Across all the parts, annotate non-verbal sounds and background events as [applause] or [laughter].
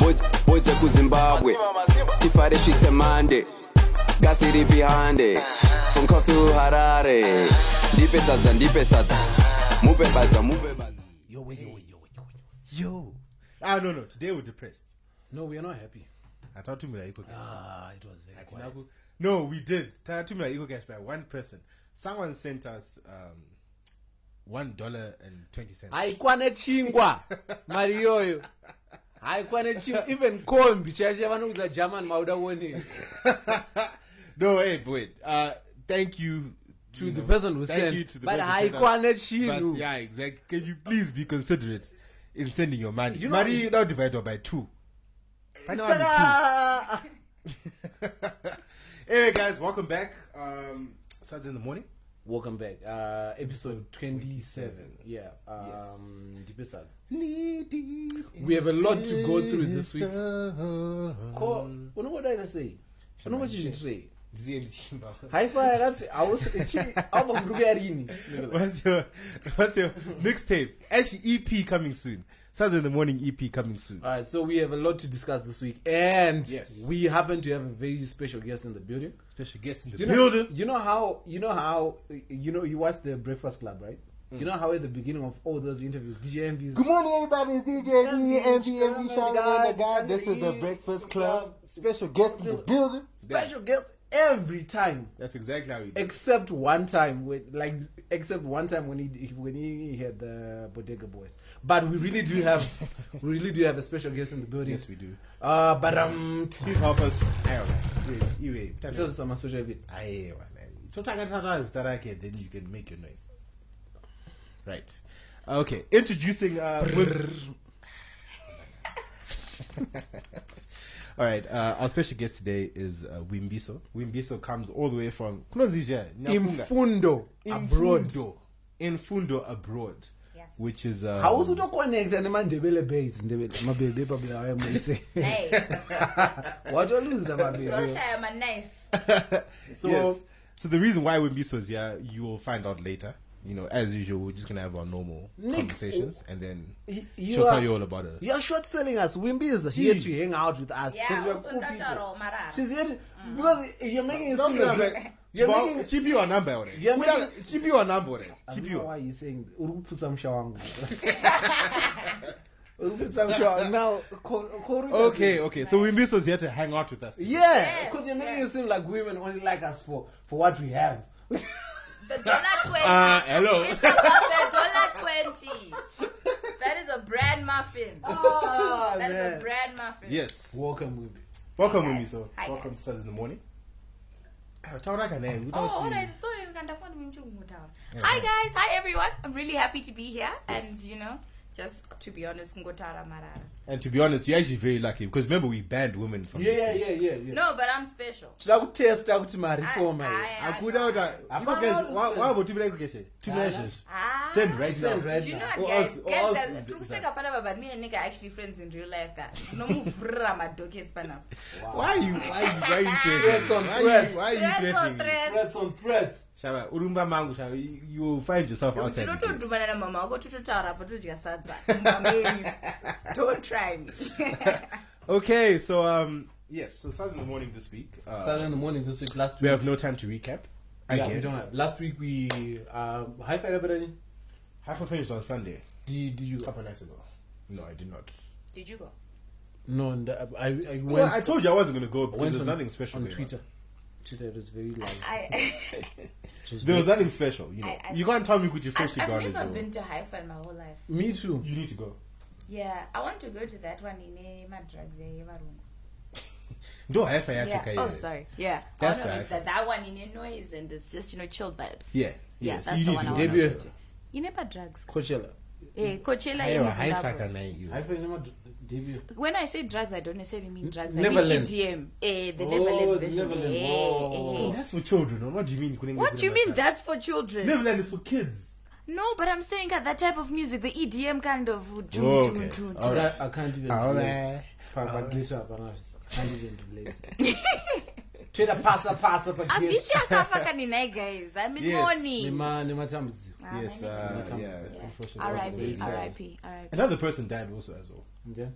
boys boys ekuzimbabwe tifare chitsemande gasi ripi hande from cop to harare ndipe sadza ndipe sadza mupe badza mupe badza Yo, wait, yo, wait, yo, wait, yo, wait. yo ah no no today we're depressed No, we are not happy. hatatumira iko cash Ah, it was very Hatina quiet. ku- no we did tatumira iko cash by one person someone sent us um one dollar and twenty cents haikwane chingwa mari iyoyo haikwane chingwa even kombi chaicho vanokudza german mauda kuonei no hey but wait uh thank you To you the person who thank sent. you to the But person who sent us. haikwane chinhu. But yeah exactly can you please be considerate in sending your money You you know- money now divided by two Find out the two. Saka- [laughs] anyway, guys, welcome back. Um, Saturday in the morning. welcome back uh, episode 27 yeah um, Yes. ndipe sadza We have a lot to go through this week. ko Call. unongodaina sei unongo chizvitirei What's haifa yakatsi auba muruku yarini your what's your mixtape? Actually, EP coming soon. Saturday in the morning EP coming soon. [laughs] Alright, so we have a lot to discuss this week, and Yes. we happen to have a very special guest in the building. Special guest in the You know, you know how you know how you know you watch the Breakfast Club, right? You know how at the beginning of all those interviews, DJ MVs. Good morning, everybody. It's E DJ Andy, MV, Andy, MV, Andy, Shawty, God. This is the Andy, Breakfast Andy, Club. Special guest in the building. special guest every time That's exactly how we do. it. except one time when like except one time when he when he had the bodega boys but we really do [laughs] have we really do have a special guest in the building Yes, we do. uh but um Please help us. Ayo, man. Iwe, iwe. Tata. those are my special guests Ayo, man. Chotaka tata is tata ke, Then you can make your noise. Right. Okay. Introducing. Uh, Wim- all right. Uh, our special guest today is uh, Wimbiso. Wimbiso comes all the way from. Kunonzija, Nyafunga. imfundo abroad Infundo. Infundo abroad. Yes. Which is. Um, hauzutoconnecta nemandebele bas mabebe epabila ayamoise [laughs] Hey, watoluza mabebe Rosha, I'm a nice. so Yes. so the reason why Wimbiso is here, you will find out later. You know, as usual, we're just gonna have our normal Nick, conversations, and then Y- you she'll tell are- you all about it. youare short selling us wimbi is here Gee. to hang out with us Yeah, 'cause we are also cool not people. at all, Mm. Mara. she's here to, because you're making it No, seem as no, if- [laughs] no. you're Well, making keep your number on it. Yeah, We maybe- don't- Keep your number on it. I Keep don't know why your. you saying uri kuputsa musha [laughs] wangu uri kuputsa musha wangu now ko- ko- uri Okay, kasi- okay. So Wimbiso's here to hang out with us. today. yeah Yes, Oh, because you're making yeah. it seem like women only like us for for what we have [laughs] The dollar twenty. Uh. Ah, hello. It's about the dollar twenty. That is a bread muffin. Ah, that is a man. bread muffin. Yes. welcome wimbi Welcome, Hi, guys. Wimbiso. Hi, Welcome to guys. Saturday in the morning. Ah, Tauraka, man, we don't Oh, all see- right. Sorry, can't afford me to go down. Hi guys. Hi everyone. I'm really happy to be here, and you know, just to be honest, Ngotara Marara. And to be honest, you're actually very lucky because remember we banned women from. yeah this yeah place. yeah yeah yeah No, but I'm special. toda kutesta kuti I- marefoma I- I- I put out a. I'm You know, guys, not- why why would you be like okay? Two Yeah, I minutes. Ah. Send right now. Send right Do you know now. what, Or else- guys? or Guys, else guys, is- is tirikuseka panapa, but me and nigga are actually friends in real life, guys. [laughs] Nomuvhurira madhokets panapa. Why are you? Why are you? Why [laughs] are you Threats threatening? on Why are threats. you? Why are you Threats threatening? me? on threats. threats on threats Shaba, urumba mangu. Shaba, you you will find yourself outside. the gate. tinotodhumana namama wako tototaura patodya sadza mamenyu [laughs] don't try me Okay, so um, yes. So Saturday in the morning this week. Uh, saturday in the morning this week last we week have no time to recap. yeah, Again. we don't have last week we um high five everybody Half of finished on Sunday. do you, do A you couple nights ago. No, I did not. did you go no and uh, i i went Well, I told you I wasn't going to go I because went there's on, nothing special on going Twitter. Twitter it was very loud. [laughs] I, [laughs] It was There was very- nothing special, you know. I- I- you can't tell me Gucci I, freshly gone i've is never over. been to haifa in my whole life Me too. You need to go. yeah i want to go to that one eh, ine madrugs yevarungu Do I have a yeah. oh sorry yeah I That's wanna the go to Haifa. that, that one ine noise and it's just you know chilled vibes Yeah. Yeah, yes. that's you the need one to I go. wanna Debut. ine madrugs Coachella. eh coachella Ayo, haifa yemuzimbabwe kana hiyo. I find my debut. when i say drugs i don't necessarily mean drugs i mean Neverland. edm eh the Oh, neverland the version Neverland. Eh, Whoa. eh, eh. Oh, That's for children. or What do you mean? Kuninga what do you Kuninga mean Kuninga? that's for children Neverland is for kids. No, but I'm saying that that type of music, the EDM kind of. Do, Oh, do, okay. do, do. All right. I can't even. All right. relate. Pa- pa- get up and I can't even relate. [laughs] Twitter pasa pasa pa Ah, get. Avicii [laughs] akafa kaninai guys. I'm in Yes. mourning. Nema nematambudziko. Ah, yes, my name uh, is- yeah. Yeah. Unfortunately, it was a very R.I.P. sad- R.I.P. R.I.P. Another person died also as well. Okay.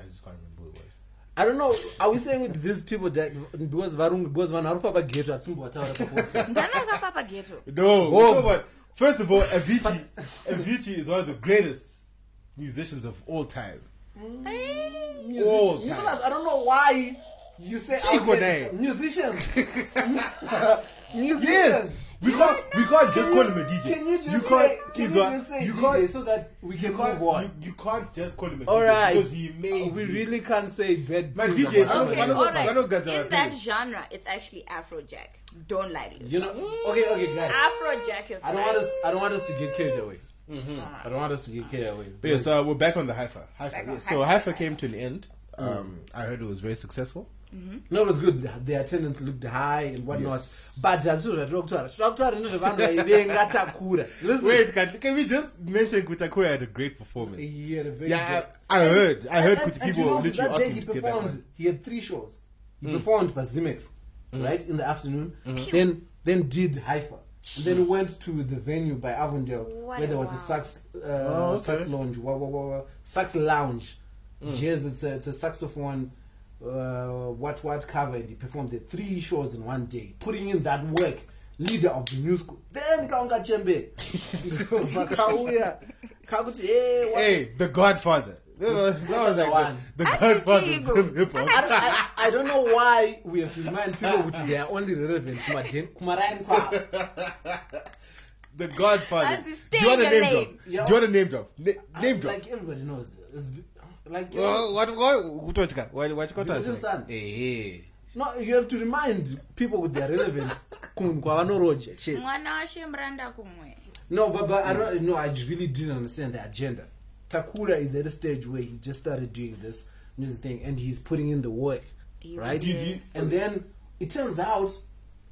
I just can't remember who it was. I don't know. Are we saying with these people that because varungu because vanharufa pageto hatisingowataura papo? Ndana kapa pa [laughs] ghetto. No, Whoa. no, but first of all, Avicii, [laughs] Avicii is one of the greatest musicians of all time. Hey. All time. Nicholas, I don't know why you say Chico Day. musicians. [laughs] [laughs] musicians. Yes, we can't, we can't just call him a DJ. Can you just you can't, say, he's can you one- just say you DJ can't, so that we you can can't, move on? you, you can't just call him a DJ all right. because he made. we music. really can't say bad. My things DJ about Okay, One of- Nicholas. all one of right. guys are In that appealing. genre, it's actually Afrojack. Don't lie to You yourself. know, okay, okay, guys. Afrojack is. I don't want nice. us. I don't want us to get carried away. I don't want us to get carried away. But yeah, so we're back on the Haifa. Haifa, Back on yes. So Haifa. Haifa came to an end. Um, I heard it was very successful. no, it was good. The attendance looked high and whatnot. But that's what I talked to. Talked to another van like they got Takura. Listen, Wait, can, can we just mention Kutakura had a great performance? He had a very Yeah, good- I, I heard. I heard And- Kuti and people you know, literally that day asking he to get back performed. on. Mm. He had three shows. He performed for Zimex, right in the afternoon. Then then did Haifa. And then went to the venue by Avondale What where a there was a wow. sax uh, Oh, okay. Mm. sax lounge, wah, wah, wah, wah, sax lounge, jazz. It's a, it's a saxophone. Uh, what what cover and he performed the three shows in one day, putting in that work. Leader of the new school. Then Kaunga [laughs] Chembe. [laughs] Vakauya. Kakuti, hey, what Hey, The Godfather. [laughs] That was that was the like one. the, the I Godfather think of hip hop. I, I- I don't know why we have to remind people which they are only relevant kuma Jen- kuma Ryan [laughs] Kwao. The Godfather. That's Do his you want a staying name lane. drop? Do you want a name drop? Na- Name drop. Like everybody knows this. It's, be- like you Well, know, What what kutochka? What what Because kutochka? it's Hey, no, you have to remind people with their relevant. [laughs] Kun- kwavanoroja, shit. Mwana washemranda [laughs] kumwe. No, but, but I don't. No, I just really didn't understand the agenda. Takura is at a stage where he just started doing this music thing, and he's putting in the work, He right? Did you- is. And then it turns out,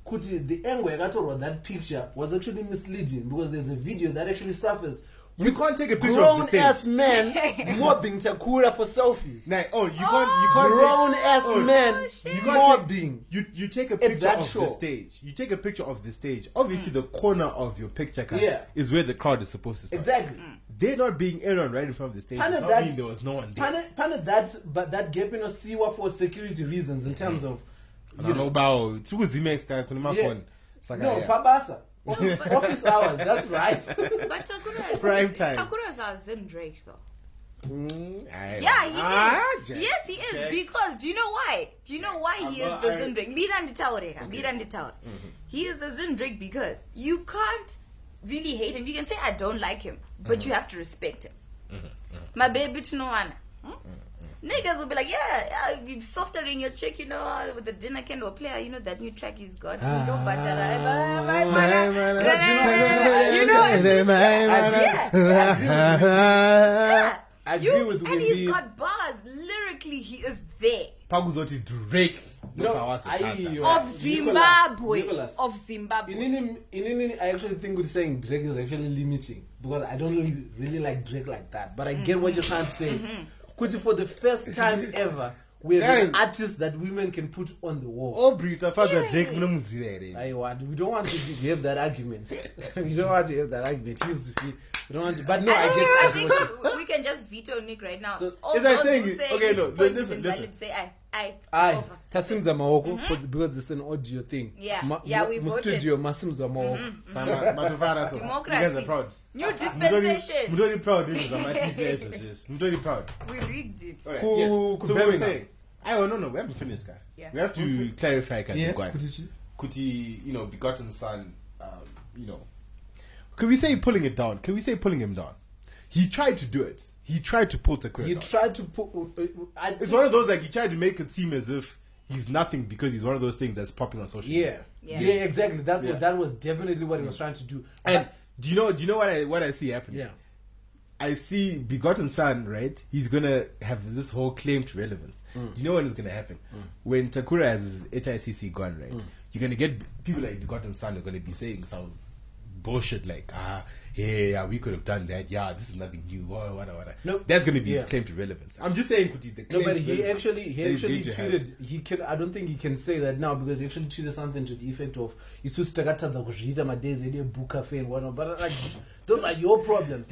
Kuti, the angle I got on that picture was actually misleading because there's a video that actually surfaced. you can't take a picture of grown the stage. ass [laughs] men mobbing Takura for selfies. Like, oh, you can't, you can't Grown take, Oh, ass men you can't mobbing Take, you you take a picture that of show. the stage. You take a picture of the stage. Obviously, the corner of your picture card Yeah. is where the crowd is supposed to start. Exactly. They're not being anyone right in front of the stage. Pana Does not mean there was no one there. Pana, pana that, but that gap in Osiwa for security reasons in terms of. And I know about Zimex guy on my Yeah. phone. It's like, No, ah, yeah. Pabasa. No, but- Office hours, that's right. [laughs] But Takura is Prime time. Takura is our Zim Drake though. Mm, I- Yeah, he Ah, is. Jack. Yes, he is. Jack. Because do you know why? Do you know why he I'm is not- the I- Zim Drake? Beat and Taureka. Beat and He is the Zim Drake because you can't really hate him. You can say I don't like him, but you have to respect him. My baby to no one. Niggas will be like, yeah, yeah, you're softering your chick, you know, with the dinner candle player, you know, that new track he's got. You know, but, you know, yeah, yeah. I agree You- with and he's Wendy. got bars. Lyrically, he is there. [laughs] pakuzoti drake aiyo. Of Nicholas, Zimbabwe. Nicholas. Of Zimbabwe. Inini, inini, I actually think with saying Drake is actually limiting because I don't really, really like Drake like that. But I get what you're trying to say. Mm-hmm. Kuti, for the first [laughs] time ever, we have an Guys. artist that women can put on the wall. obri tafaza Oh, drake munomuziva here I want, we don't want to have that argument. [laughs] we don't want to have that argument. He's, he, we don't want to, but no, I, I don't get, know, I I get what you. think we can just veto Nick right now. So, All as I those saying who it- say okay, his no, no, point is listen, listen. invalid say aye, aye, Aye, over. Mm-hmm. tasimza maoko for the- because it's an audio thing. Yeah, yeah, we mu voted. Mm-hmm. studio masimza maoko. Democracy. New dispensation. mutori proud eh, izvo zamaitiita izvo zvizvi mutori proud We rigged it. Alright, Ku- yes. ku- So we were Birmingham. saying- I oh, no no we haven't finished guy. Yeah. We have to clarify guy. Yeah, Guy. kuti chi? Kuti, you know, begotten son, um, you know. Can we say pulling it down? Can we say pulling him down? He tried to do it. He tried to pull Takura You down. tried to put. uh, I it's think- one of those like he tried to make it seem as if he's nothing because he's one of those things that's popping on social Yeah. media. Yeah. yeah, exactly. That Yeah. that was definitely what he was trying to do. And do you know do you know what I what I see happening? yeah, I see Begotten Son, right? He's gonna have this whole claim to relevance. Do you know when it's gonna happen? When Takura Mm. has his HICC gone, right? You're gonna get people like Begotten Son are gonna be saying some bullshit like ah yeah, yeah, yeah, we could have done that yeah this is nothing new oh, what, what, what. Nope. that's going to be his Yeah. claim to relevance I'm just saying Kuti, the No, claim but to he relevance actually he that he's actually going to have. tweeted he can I don't think he can say that now because he actually tweeted something to the effect of isusu takatadza kuzviita madezi edu ebook cafe and whatnot but like those are your problems.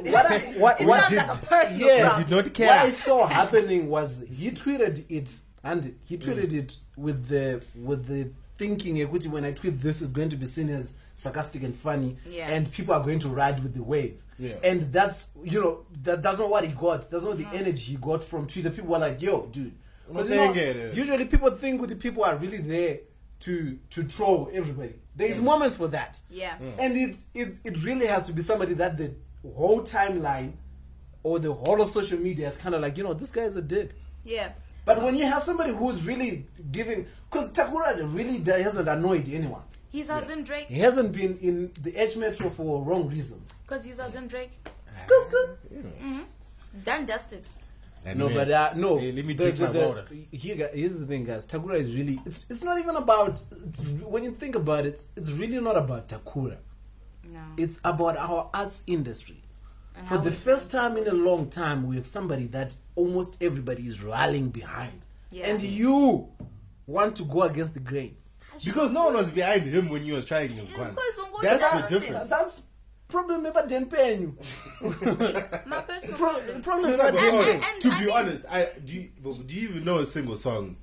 What I, what, It what sounds did- like a personal yeah, problem. did not care. What I saw happening was he tweeted it, and he tweeted Mm. it with the with the thinking equity. When I tweet this, it's going to be seen as sarcastic and funny, Yeah. and people are going to ride with the wave. Yeah. And that's you know that that's not what he got. That's not the energy he got from Twitter. People were like, "Yo, dude." 'Cause you know, Unobengere. usually people think kuti people are really there to to troll everybody. There is moments for that. Yeah. Mm. And it, it it really has to be somebody that the whole timeline or the whole of social media is kind of like, you know, this guy is a dick. Yeah. But when you have somebody who's really giving, because Takura really d- hasn't annoyed anyone. He's our Zim Drake. He hasn't been in the Edge Metro for wrong reasons. Because he's our Zim Drake. Skr, skr. Done dusted. No, but uh, no. Hey, let me the- drink the- my the- water. Here, gu- here's the thing, guys. Takura is really. It's it's not even about. It's, re- when you think about it, it's really not about Takura. No. It's about our arts industry. And For how the we- first time in a long time, we have somebody that almost everybody is rallying behind, Yeah. and you want to go against the grain. because no one was behind him when he was trying his gun because Ngozi that's the doesn't- difference That's problem about Den Penny. My personal problem. problem No, is no, about but And- hold on. and- and to I be mean- honest, I do. You, but do you even know a single song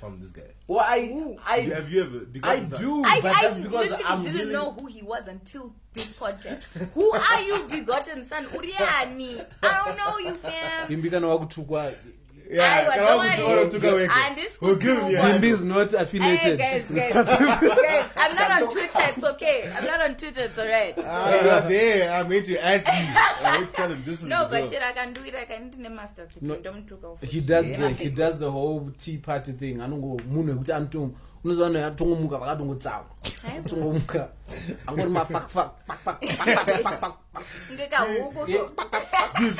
from this guy? Well, I Ooh. I Have you ever? Because I do, I, but I that's because literally I'm didn't really- know who he was until this [laughs] podcast. who are you, begotten son? Uriani. I don't know you, fam. Bimbikana wakutukwa. I Yeah, was Kalonzo the Musyoka one- took away. and this We'll could give do him one. yeah. Bimbi is not Hey affiliated. Eh, guys, guys, [laughs] guys! I'm not on Twitter. It's okay. I'm not on Twitter. It's alright. Ah, you are there. I'm going to ask you. [laughs] I would tell him this is No, the but girl. shit, I can do it. I can do the master's degree. No. Don't took off. he does the he does the whole tea party thing anongo munhu wekuti anotomu unoziva naye atongomuka [laughs] vakatongotsawa Aiwa. atongomuka angoti mafakfakfakfakfakfakfak Dude,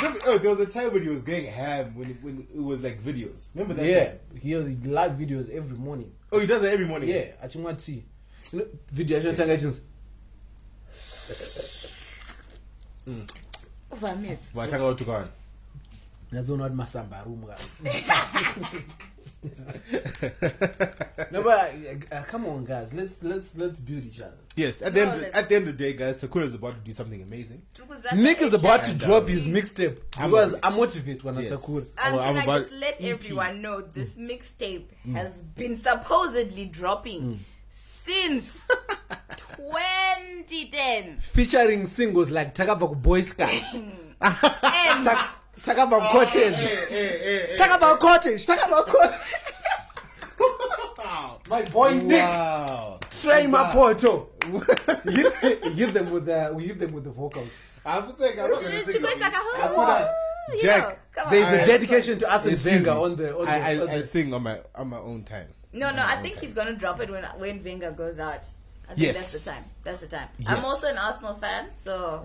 remember- oh, there was a time when he was going ham when it, when it was like videos. Remember that? yeah Time? he has live videos every morning Oh, he does that every morning. yeah achimwa tea You know, video yachinotanga ichinzi But I think I would took on. ndazowona kuti masamba ari umwa no but uh, come on guys let's let's let's build each other Yes, at the No, end, let's- at the end of the day, guys, Sakura is about to do something amazing. nick is about to And, uh, drop his mixtape I'm because already- amotivate wana Yes. takura And I'm can I about E Mm. just let EP. everyone know this mixtape has been supposedly dropping Mm. [laughs] since 2010. featuring singles like takabva kuboy scout [laughs] And Tak- takabva cottage takabva cottage takabva cottage my boy nick Wow. train [laughs] mapoto hit, hit them with the we hit them with the vocals I'm saying I'm not gonna sing. Chiko's like, I'm oh, gonna- you know, Jack, come there's on. a dedication to Arsene Excuse Wenger me. on the on the, I, on I, I the sing on my on my own time. No, no, I think he's gonna drop it when when Wenger goes out. I think Yes. that's the time. That's the time. Yes. Mm. I'm also an Arsenal fan, so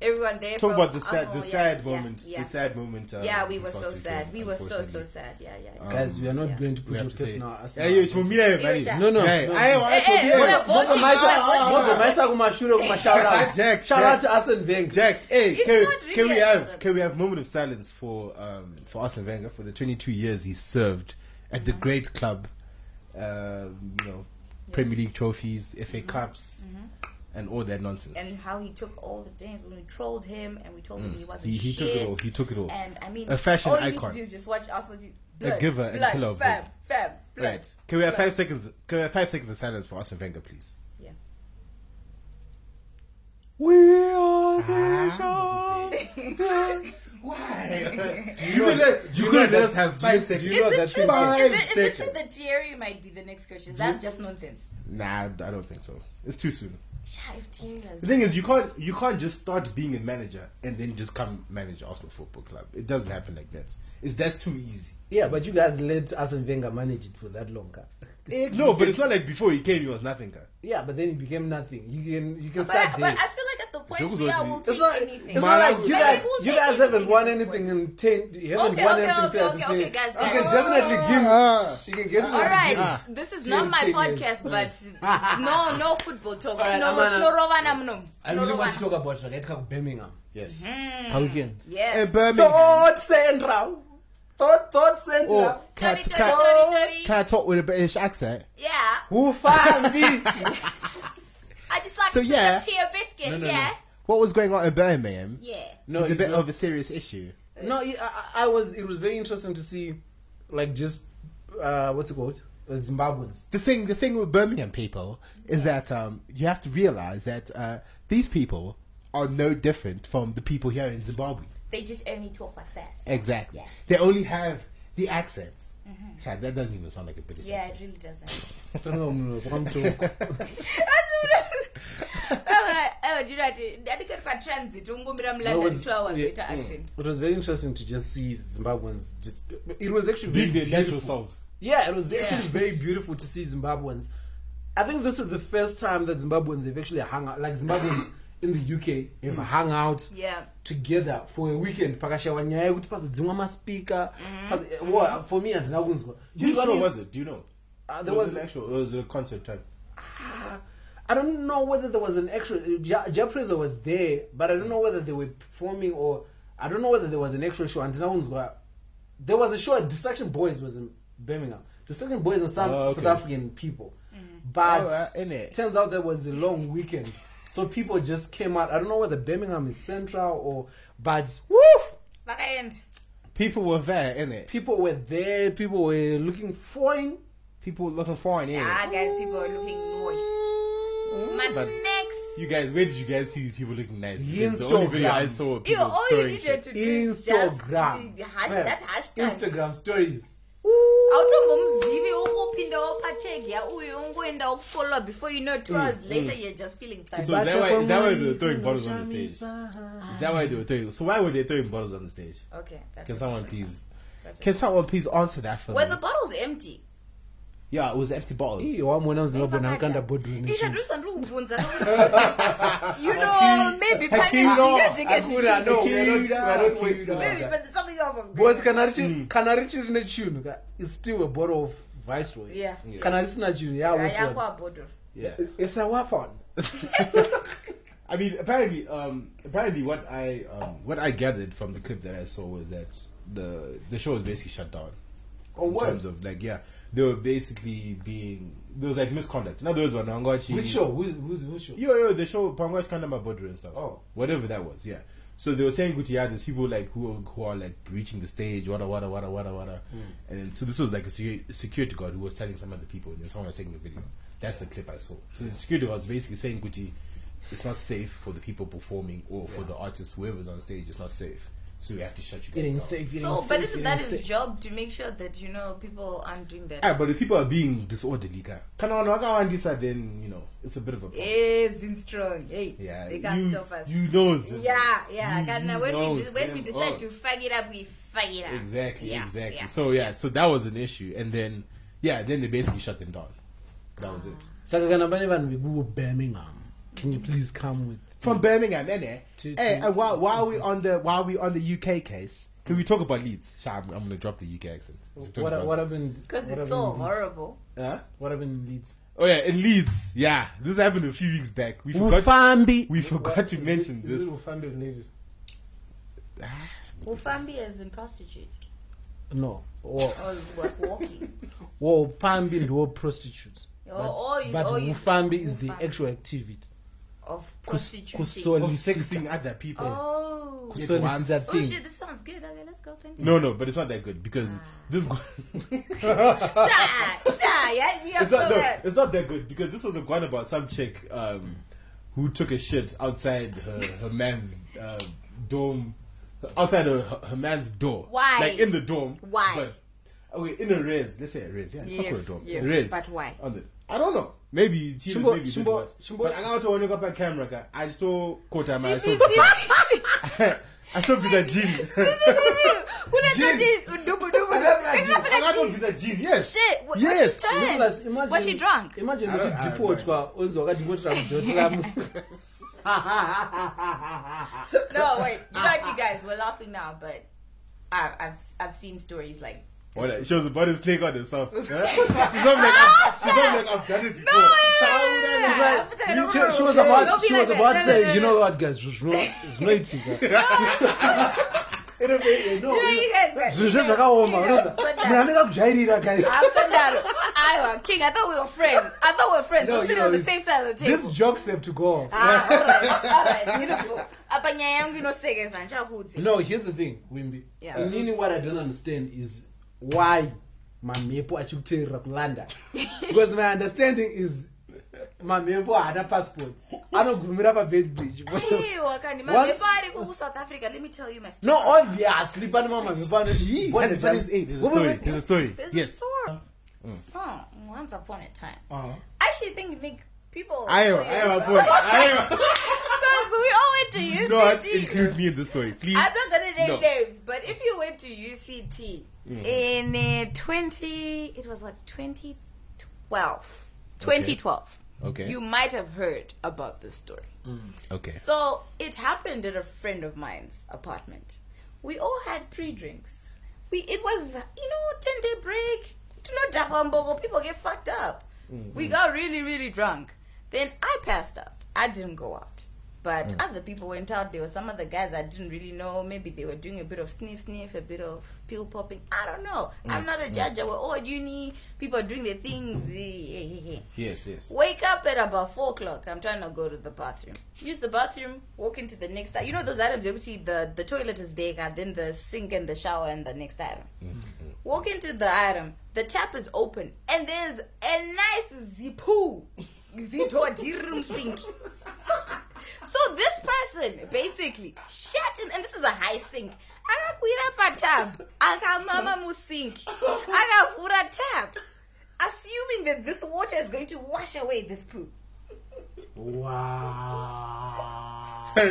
everyone there. Talk from about the sad the Arsenal, sad oh, yeah, moment. Yeah, The sad moment. uh, yeah, we this were last so sad. weekend, We were so so unfortunately. sad. Yeah, yeah. yeah. guys we are not Yeah. going to put We your have to say. personal Yeah, you should meet Yo, everybody. Shaq. No, no, Hey, no. I want Hey, to hey, hear- we're voting, we're voting. mozomaisa kumashure kumashoutout Jack, shout out Jack. to Arsene Wenger Jack, hey, It's can, not really can we a have sad- can we have moment of silence for um for Arsene Wenger for the 22 years he served at the great club, um, you know, Premier League trophies, FA Cups, and all that nonsense. Mm-hmm. And how he took all the things when we trolled him and we told him he wasn't Mm. he he took shit. it all. He took it all. And I mean, A fashion all you icon. need to do is just watch Arsenal. do- Blood, giver and blood, killer of fam, hope. fam, blood. Right. Can we have five seconds? Can we have five seconds of silence for Arsene Wenger, please? Yeah. we are the Ah. Why? you could let, you could let us have five seconds. Is it, that thing- true, is, Five it, is it true seconds. that Thierry might be the next coach? Is that just nonsense? Nah, I don't think so. It's too soon. Shy if Thierry was The thing is, you can't you can't just start being a manager and then just come manage Arsenal Football Club. It doesn't happen like that. It's that's too easy. yeah but you guys let Arsene Wenger manage it for that long huh? no, but it's not like before he came, he was nothing. guy. Yeah, but then it became nothing. You can you can But I, start but there. I feel like at the Joke point is we are already- will It's take not- anything. It's not like you Like, guys, we'll you take guys haven't anything won at this anything in ten. You haven't Okay, won okay, anything okay, since okay, it's in- okay, guys, You can guys. Oh. definitely give. Ah. You can get. All right, Ah. this is not my Ten years. podcast, [laughs] but no, no football talk. All right, No, Amanda. no, Rovana, no, I no, really want to Rovana. talk about Raquel Cup Birmingham. Yes. Mm. Hurricanes. Yes. Eh, Birmingham. Thought Central. Thought Thought Central. Oh, can I- Tony, can I- Tony, Tony, can Tony. I talk with a British accent? Yeah. Who found [laughs] me? I just like So, to yeah. yeah. tea and biscuits, No, no, yeah? What was going on in Birmingham? Yeah. No, it's a you bit don't- of a serious issue. No, I, I- I was. It was very interesting to see, like, just uh, what's it called, Uh, [laughs] Zimbabweans. The thing, the thing with Birmingham people is that um, you have to realize that uh, these people are no different from the people here in Zimbabwe. They just only talk like that. Exactly. Yeah. Mm-hmm. They only have the accents. Chad, that doesn't even sound like a British Yeah, it accent. really doesn't. [laughs] Because oh, do you know what? I think by transit, I'm going to London was- two hours yeah, later mm. accent. it was very interesting to just see Zimbabweans. Just it was actually very Being their beautiful. natural selves. Yeah, it was actually very beautiful to see Zimbabweans. I think this is the first time that Zimbabweans have actually hung out, like Zimbabweans in the UK have hung out Yeah. together for a weekend pakashayiwa nyaya yekuti pazodzimwa maspika pazo- wa- for me handina kunzwa Usually- it? Do you know? Uh, there Was it was- an actual. It was a concert type. I don't know whether there was an actual Ja- Jeff Fraser was there, but I don't know whether they were performing or I don't know whether there was an actual show. And now it's got- there was a show at Distraction Boys was in Birmingham. Distraction Boys and some Oh, okay. South African people, Mm. but Alright, innit? turns out there was a long weekend, so people just came out. I don't know whether Birmingham is central or, but woof, Back end. People were there, innit? people were there. People were looking foreign. People were looking foreign, innit? Ah, guys, people are looking nice. My Mm. But- snacks. You guys, where did you guys see these people looking nice? Because the only video I Instagram. saw. You all you needed to do is just Instagram, hash, Yeah. that hashtag. Instagram stories. awutongomzivi ukuphinda wophathegya uyo ungoenda ukufollowa before you Mm, know two hours later you're just feeling So is tired that, why, is that why they were throwing bottles on the stage? Is that why they were throwing? So why were they throwing bottles on the stage? okay that's Can it. someone please? That's it. Can someone please answer that for were me? the bottles empty yeah, it was empty bottles. Iyo, wamona uzobona ukanda bodrini. Isha, ndiri [laughs] kusandiri kubvunza nokuti- you know maybe pane zvinge zvinge Akura, no, we are not- Akira, we are not wasting Akira. that. Hmm. maybe but something else was Boys, going on. kana richi- kana richiri nechinhu ka- it's still a bottle of viceroy Yeah. kana risina chinhu Ah, yako yawapon abhodhoro Yeah. it's a weapon I mean, apparently, um, apparently, what I um, what I gathered from the clip that I saw was that the the show was basically shut down. Oh, in what? terms of like, yeah, they were basically being there was like misconduct. In other words, when Angochi, which show who's, who's, who's show Yo, yo, the show Pangoch Kandama Bodra and stuff. Oh. Whatever that was, yeah. So they were saying Guti, yeah, there's people like who are, who are like reaching the stage, wada wada wada wada wada. Hmm. And then so this was like a secu- security guard who was telling some other people and then someone was taking the video. That's the clip I saw. So Hmm. the security guard was basically saying Guti, it's not safe for the people performing or for the artists, whoever's on stage, it's not safe. So we have to shut you guys it ain't down. safe it ain't so but safe, isn't it that ain't his safe. job to make sure that you know people aren't doing that Ah, but if people are being disorderly, ka- kana wanawaga wandisa, then you know it's a bit of a problem. Eh, Zim strong hey Yeah, they can't you, stop us You know, Zim. yeah yeah You- kana you when know we de- when Zim. we decide Oh. to fuck it up we fuck it up Exactly, Yeah, exactly. yeah. So yeah, so that was an issue, and then yeah, then they basically shut them down. That was it. Ah. saka kana pane vanhu vekuwo birmingham can you please come with From Birmingham, innit? To- Hey, to- and while while we on the while we on the UK case, can we talk about Leeds? Sha, I'm, I'm gonna drop the UK accent. what, what happened because what happened it's so in Leeds? horrible Huh? what happened in leeds Oh yeah, in Leeds. Yeah, this happened a few weeks back. We forgot. ufambi we forgot What- to is it- mention is it this. ufambi related Ah, ufambi as in prostitute no or or like walking well ufambi ndiwo prostitute Or- but, or you- but or you- ufambi is the ufambi. actual activity of Kus- prostituting of kusolicita sexing other people. oh Kus- kusolicita oh thing shit this sounds good okay let's go thank you No, no, but it's not that good Ah. because this. Go- sha sha yeah we are it's so not, no, bad it's not that good because this was a guan about some chick um, who took a shit outside her, her man's uh, dorm, outside her, her man's door. Why? Like in the dorm. Why? But, okay, in a res. Let's say a res. Yeah, it's not Yes, called a dorm. yes, res. but why? On the, I don't know. Maybe she Shimbo- maybe did Shimbo- what. Shimbo- But I got to look up a camera. guy. I stole quota. I See, see, stole. see. [laughs] I stole visa jean. kunatoti dubudubu [laughs] I got on visa jean. Yes. Oh, shit what, Yes. what she turned? Nicholas, imagine- was she drunk imagine I don't- I don't uchidhipotwa onzi wakadhipotera mudhoti ramo No, wait. Ah, You got you guys. We're laughing now, but I've I've, I've seen stories like. What, she was about to snake on [laughs] herself. Huh? she's not like, I've, she's not like I've done it before. Tawuda, Ah, but I don't she, know. she was Okay. about Don't be she was like about to that. No, no, say, no, you no. know what, guys, there's no there's no eating. guys." like- No, Yeah, you guys, guys. Zvinhu zvakaoma unoza But- munhu kujairira guys After Iowa King, I thought we were friends. I thought we were friends. No, we're you sitting know, on the it's- same side of the these table. jokes have to go off. Ah, alright, alright, beautiful. Apa nyaya yangu inosekeza ndichakudzi. no here's the thing wimbi Yeah. inini what i don't understand is why mamhepo achikuteerera kulanda because my understanding is mamhepo haana passport anogumira pabed bridge Hey, wakani, ma- Once- before I go to South Africa, let me tell you my story. no obviously pane mamamhepo Gee, that's a funny- hey, there's a story. There's a story. There's a Yes. Uh-huh. Mm. story. So, once upon a time. Uh-huh. I actually think Nick people Iowa, lawyers- [laughs] Iowa, boy. [laughs] Iowa. Because we all went to UCT. Not include me in the story, please. I'm not gonna name No. Mm-hmm. names, but if you went to UCT in uh, 20, it was what 2012, 2012. Okay. You might have heard about this story. Okay. So it happened at a friend of mine's apartment. We all had pre-drinks. We it was you know ten day break. Do not Dagombogo. People get fucked up. We got really really drunk. Then I passed out. I didn't go out. But other people went out. There were some other guys I didn't really know. Maybe they were doing a bit of sniff sniff, a bit of pill popping. I don't know. I'm not a judge. We're all at uni. People are doing their things. Eh, eh, eh. Yes, yes. Wake up at about four o'clock. I'm trying to go to the bathroom. Use the bathroom. Walk into the next. You know those items. You could see the the toilet is there, and then the sink and the shower and the next item. Walk into the item. The tap is open, and there's a nice zipu, zidotirum sink. So this person basically shat in, and this is a high sink. Akakwira patab, akamama musink, akavhura tap, assuming that this water is going to wash away this poo. wow But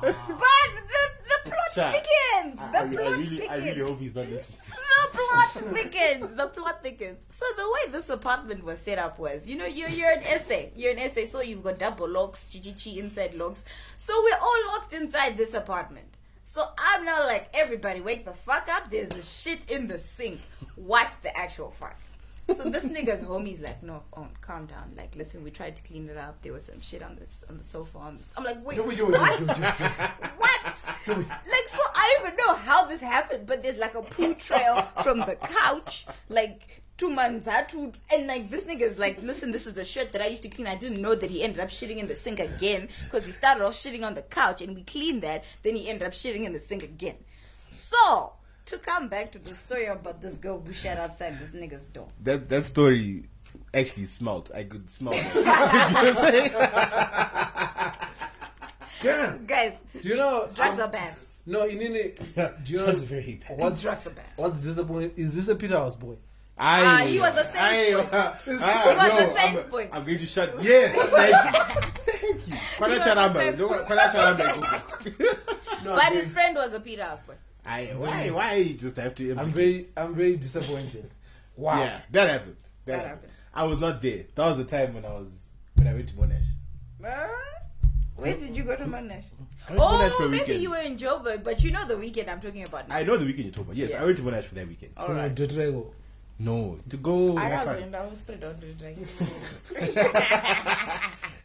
the, the plot Chat. begins. The I, I plot really, I begins. really hope he's not listening. the plot thickens. The plot thickens. So the way this apartment was set up was, you know, you're you're an essay. You're an essay, so you've got double locks, chichichi inside locks. So we're all locked inside this apartment. So I'm now like, everybody, wake the fuck up. There's a shit in the sink. What the actual fuck? So this nigga's homie's like, no, on, calm down. Like, listen, we tried to clean it up. There was some shit on this on the sofa on this. I'm like, wait, No, wait, wait, wait, what? [laughs] wait, wait, what? Like, so I don't even know how this happened, but there's like a poo trail from the couch, like to Manzatu, and like this nigga's like, listen, this is the shirt that I used to clean. I didn't know that he ended up shitting in the sink again because he started off shitting on the couch, and we cleaned that. Then he ended up shitting in the sink again. So to come back to the story about this girl who shat outside this nigga's door. That that story actually smelt. I could smell [laughs] it. damn Guys, do you know um, drugs are bad. no inini do you know That's very bad. what's Drugs are bad. what's disappointing is this a peter house boy I, Ah, he was a I, Saints boy. ah, He was a no, Saints I'm, boy. I'm going to shut. Yes, thank you. [laughs] Thank you. Kwana He was a charamba. Saints No, kwana charamba. no, But I'm his very- friend was a Peter House boy. I why why you just have to. i'm implicate- very i'm very disappointed wow Yeah, that happened. That, That happened. happened. I was not there. That was the time when I was when I went to Monash. Uh, Where did you go to Monash? I went to Monash for Oh, a maybe weekend. you were in Joburg, but you know the weekend I'm talking about now. I know the weekend you're talking about. Yes, Yeah. I went to Monash for that weekend. All From right. Jotrego. No, to go. I have was fun. in. I was spread out doing right.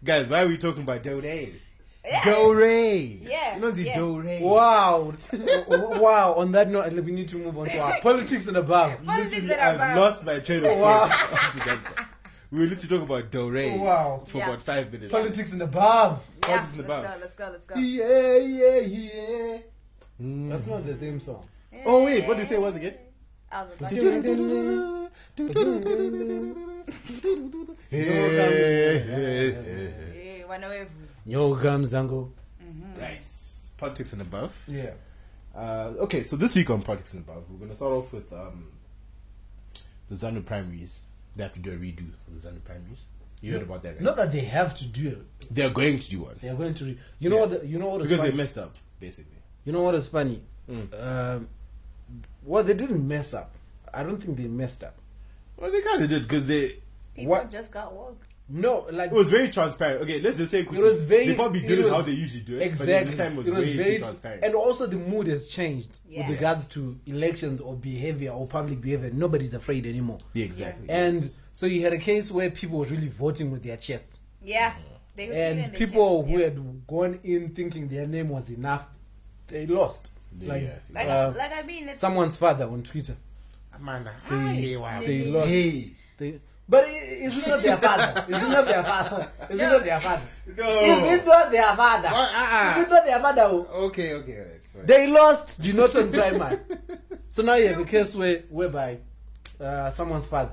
Guys, why are we talking about Del Rey? Yeah. Del Rey. Yeah, You know the yeah. Del Rey. Wow. [laughs] wow. On that note, we need to move on to our politics and above. Politics Literally, and I've above. lost my train of Wow. [laughs] thought. we were literally talking about Del Rey. Wow. For Yeah. about five minutes. Politics and above. Yeah, Politics let's and go. above. Let's go. Let's go. Yeah, yeah, yeah. Mm. That's not the theme song. Oh wait, what do you say it was again? I was about to- Right. Yeah, wanawevu. Yo, Gamzango. Politics and above. Yeah. Uh, okay, so this week on Politics and Above, we're going to start off with um, the ZANU primaries. They have to do a redo of the ZANU primaries. You heard about that, right? Not that they have to do it. They're going to do one They're going to. Re- you know Yeah. what? The, you know what is because they Mm. funny? messed up, basically. you know what is funny? Um, well, they didn't mess up. I don't think they messed up. Well, they kind of did because they. People What? just got woke. No, like It was very transparent. Okay, let's just say It was very. They probably did it, was- how they usually do it. But Exactly. this time was, it was way very too transparent. and also the mood has changed Yeah. with regards to elections or behavior or public behavior. Nobody's afraid anymore. yeah, exactly. And so you had a case where people were really voting with their chests, Yeah. They could feel in and the people chest, who yeah. had gone in thinking their name was enough, they lost. Yeah, like yeah. like, uh, like I mean, it's someone's father on Twitter. they, They lost. They, but i- is it not their father? Is it not their father? Is it not their father? No. Is it not their father? Well, uh-uh. Is it not their father? oh? Okay, okay, alright, fine. They lost the Norton Primary. so now you have a case where, whereby uh, someone's father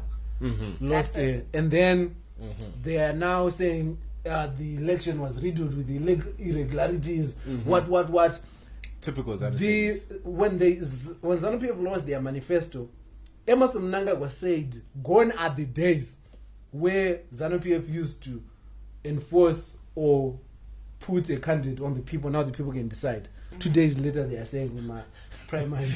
lost That it. And then they are now saying uh, the election was riddled with illeg- irregularities, what, what, what. Typical Zanu The, [laughs] Simmons. when, they, z- when Zanu PF launched their manifesto, Emerson Mnangagwa said, gone are the days where Zanu PF used to enforce or put a candidate on the people. Now the people can decide. Two days later, they are saying, my primary.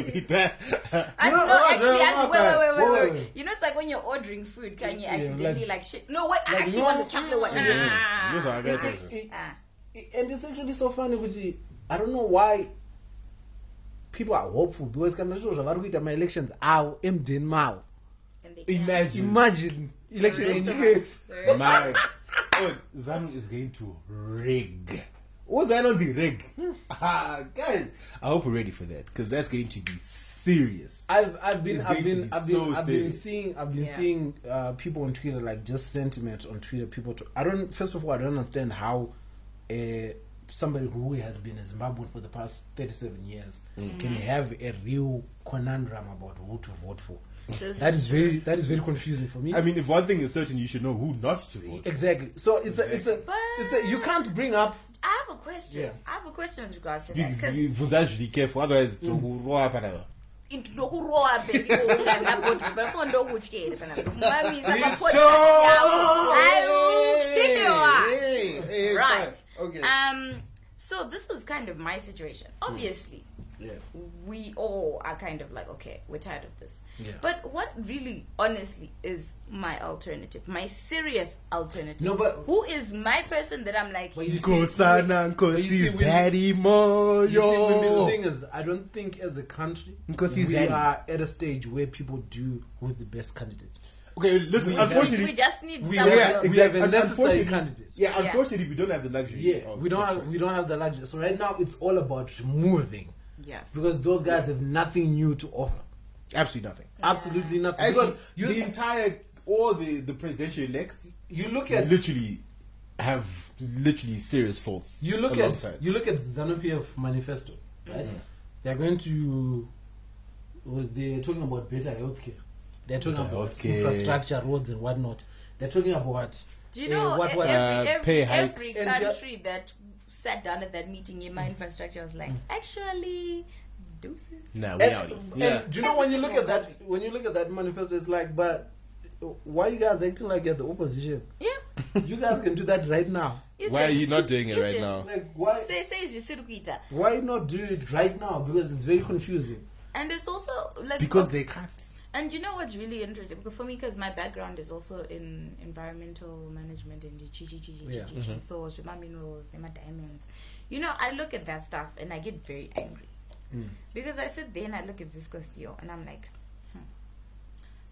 I No, no, no, actually, no, actually, no, wait, wait, wait, wait, wait, wait. wait. You know, it's like when you're ordering food, can you Yeah, accidentally like- like, shit? No, wait, I like, actually no, want the chocolate one. Yeah, those Ah. are our guys, Ah. actually. Ah. and it's actually so funny kuti i don't know why people are hopeful because kana zviro zvavari kuita maelections avo emdeni mavo And they- Imagine. imagine election yenyikezi My. Oh, Zanu is going to rig. What's that on the rig? [laughs] Ah, guys, I hope we're ready for that because that's going to be serious. I've I've been It's I've going to been be I've been so I've been serious. seeing I've been Yeah. seeing uh, people on Twitter like just sentiment on Twitter. People, to, I don't. First of all, I don't understand how uh, somebody who has been in Zimbabwe for the past thirty-seven years Mm. can Mm-hmm. have a real conundrum about who to vote for. This that is is very that is very confusing for me. I mean, if one thing is certain, you should know who not to vote. for. exactly. So it's a it's a But- it's a you can't bring up I have a question. Yeah. I have a question with regards to that. Because 'cause you- Vunza should be careful, otherwise it will roll up and over. into nokurowa bheki kuunganabhodhi panofa ndokutya here kana kumamisa mapodcast yavo aiukiwa Hey, hey, right fine. Okay. um so this is kind of my situation obviously yeah. we all are kind of like okay we're tired of this Yeah. but what really honestly is my alternative my serious alternative No, but- who is my person that i'm like But you see, Nkosana You nkosi see, we- zari You see, Wimpy, the moyo. thing is, I don't think as a country Because he's we daddy. are at a stage where people do who's the best candidate. Okay, listen. Unfortunately, we just need we, someone yeah, else. We exactly. have a And necessary unfortunately- candidate. Yeah, Yeah. unfortunately, we don't have the luxury. of we don't have we choice. don't have the luxury. So right now it's all about removing yes because those guys have nothing new to offer. absolutely nothing. Absolutely nothing. Actually, Because you the entire all the the presidential elects you look at literally have literally serious faults. you look alongside. Mm-hmm. at you look at ZANU PF manifesto, right? They're going to well, they're talking about better healthcare. They're talking Better about healthcare. infrastructure, roads, and whatnot. They're talking about Do you Eh, uh, know what e- what every, Uh, every, pay hikes. Mm. every And ju- country that sat down at that meeting in my infrastructure was like, actually, deuces. Nah, we and, out. Yeah. and do you know when you look at that when you look at that manifesto it's like but why you guys acting like you're the opposition Yeah. you guys can do that right now It's Why are just- you not doing it it's right just- now? like why Say, say it's just Rukuita. why not do it right now because it's very confusing And it's also like they can't. and you know what's really interesting Because for me because my background is also in environmental management and the chi chi chi chi Yeah. chi chi soils with my minerals with my diamonds. You know, I look at that stuff and I get very angry because I sit there and I look at Zisco Steel and I'm like, hmm.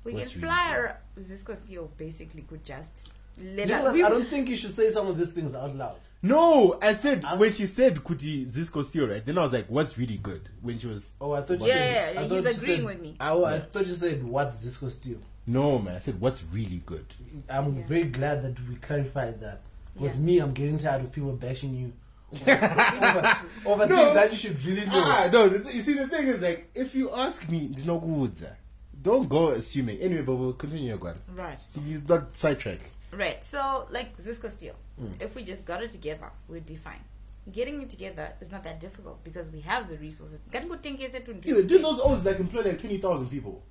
we What's can really fly our Zisco Steel basically could just let us. Nicholas, We, i don't think you should say some of these things out loud No, I said when she said Kuti Zisco Steel, right? Then I was like, what's really good? When she was oh i thought you Yeah, said, yeah, yeah, I thought he's you agreeing said- with me. I, I thought you said what's disco steel no man, I said what's really good. i'm Yeah. very glad that we clarified that because Yeah. me i'm getting tired of people bashing [laughs] you over, over things that you should really know Ah, no. the th- You see, the thing is like, if you ask me, it's no good. Don't go assuming. Anyway, but we'll continue your gun. right. You not sidetrack. Right. So, like Zisco Steel, if we just got it together, we'd be fine. Getting it together is not that difficult because we have the resources. Can go 10K set to do Anyway, do those O's like employ like twenty thousand people?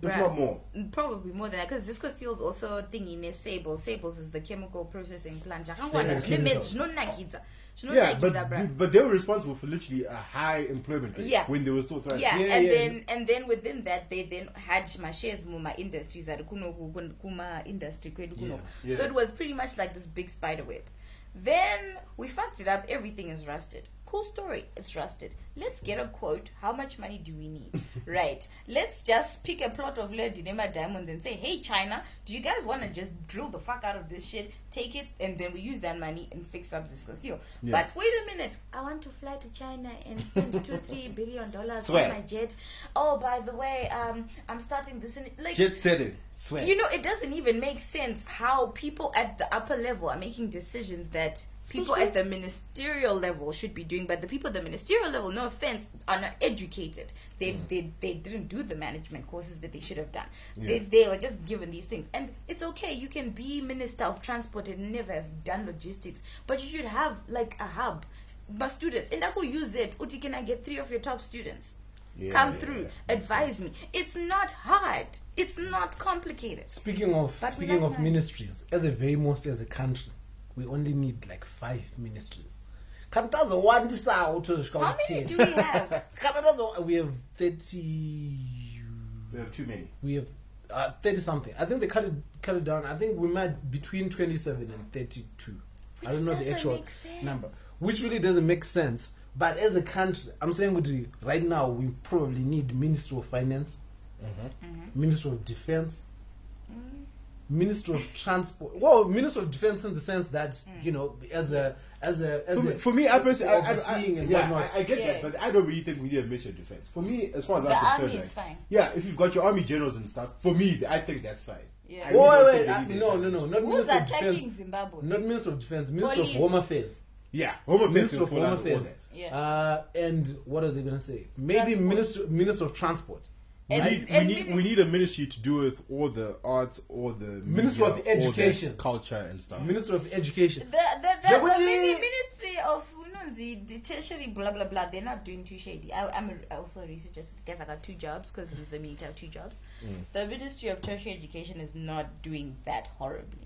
Bruh. if not more. Probably more than that because Zisco Steel's also thingy ne Sable. Sables is the chemical processing plant. Sable Chemical. Zvinonakidza. Yeah, but Zvinonakidza, bruh. dude, but they were responsible for literally a high employment rate Yeah. when they were still thriving. yeah, Yeah, and yeah. then and then within that they then had mashares muma industries ari kuno ku- kun- kuma industry kwedu kuno Yeah. so it was pretty much like this big spider web then we fucked it up everything is rusted cool story it's rusted let's get a quote how much money do we need right let's just pick a plot of lead dinema diamonds and say hey china do you guys want to just drill the fuck out of this shit take it and then we use that money and fix up Zisco steel but wait a minute i want to fly to china and spend two three billion dollars Swear. on my jet. Oh, by the way, um, I'm starting this in like Jet setting. Swear. you know, it doesn't even make sense how people at the upper level are making decisions that people at the ministerial level should be doing, but the people at the ministerial level, no offense, are not educated. They they, they didn't do the management courses that they should have done. They they were just given these things. And it's okay, you can be minister of transport and never have done logistics, but you should have like a hub. But students, and I could use it. Uti, can I get three of your top students? Come through, advise me. It's not hard. It's not complicated. Speaking of But we speaking like of that. ministries, at the very most as a country, we only need like five ministries. Kantazo one this out. How many do [laughs] we have? we have thirty we have too many. we have uh, thirty something. I think they cut it cut it down. I think we might between twenty seven and thirty two. I Which don't know the doesn't actual make sense. number, which really doesn't make sense. But as a country, I'm saying with you, right now we probably need Minister of Finance, Mm-hmm. Minister of Defense, Minister of Transport. Well, Minister of Defense in the sense that Mm. you know, as a as a as For me, a, for me, I personally, I, I, I, overseeing and yeah, whatnot. I, I get Yeah. that, but I don't really think we need a ministry of defense. For me, as far as The I'm concerned, army is like, fine. Yeah, if you've got your army generals and stuff, for me, I think that's fine. Yeah. I Wait, wait, don't wait, think they I- need no, no, that. no, not Who's Minister of attacking Defense, Zimbabwe? not Minister of Defense, Minister Police. of Home Affairs. Yeah, home affairs Minister is of full Home out of all Affairs. that. Yeah. Uh, and what was he going to say? Maybe Transport. minister, minister of Transport. We And- need, we, and need, mini- we need a ministry to do with all the arts, all the Minister of media, all the Education. culture, and stuff. Minister of Education. The the the, the Nobody- mini ministry of you know, the, the tertiary blah blah blah. They're not doing too shady. I, I'm a, also a researcher. so I guess I got two jobs because in Zambia you have two jobs. Mm. The Ministry of Tertiary Education is not doing that horribly,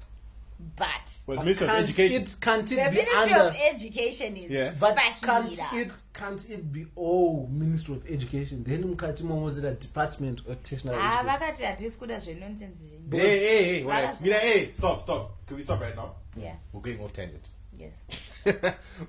but Well, Minister of Can't Education. It, can't it the be Ministry under... of Education is Yeah. but fucking can't it up. it, can't it be all Minister of Education? Then mukati was it a department or tertiary Ah, education? vakati hatisi kuda zvenonsense zvenyu Hey, hey, hey, wait. Balance. Mina, hey, stop, stop. Can we stop right now? yeah We're going off tangent. yes [laughs]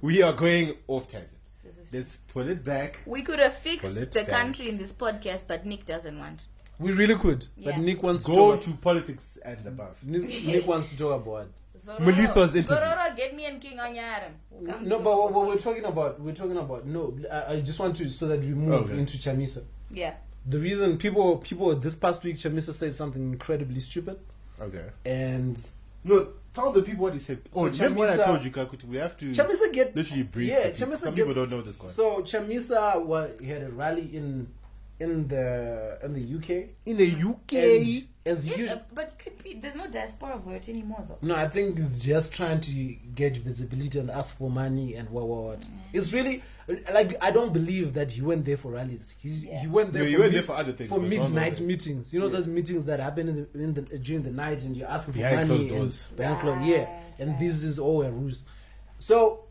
we are going off tangent. This is Let's put it back. we could have fixed Well, let's the go. country in this podcast but nick doesn't want We really could. Yeah. But Nick wants Go to to politics and above. Nick, Nick wants to talk about Zororo, Melissa's interview. Zororo, get me and King Onyaram. Come no, to- but what, what we're talking about, we're talking about no. I, I just want to so that we move Okay. into Chamisa. yeah, The reason people people this past week Chamisa said something incredibly stupid, Okay. and No, tell the people what he said. So Oh, remember what I Chamisa- told you, Kakuti? We have to Chamisa get literally brief. Yeah, the people. Chamisa Some gets- people don't know this one. So Chamisa was, had a rally in in the in the UK. In the And as Yes, uh, usual. but could be. There's no diaspora vote anymore though. No, I think it's just trying to get visibility and ask for money and what what what. It's really like I don't believe that he went there for rallies. He he went there. Yeah, for he went there for other things, For but it's not midnight there. meetings, you know those meetings that happen in the, in the during the night and you're asking for Behind money closed and doors. behind closed yeah. And this is all a ruse. So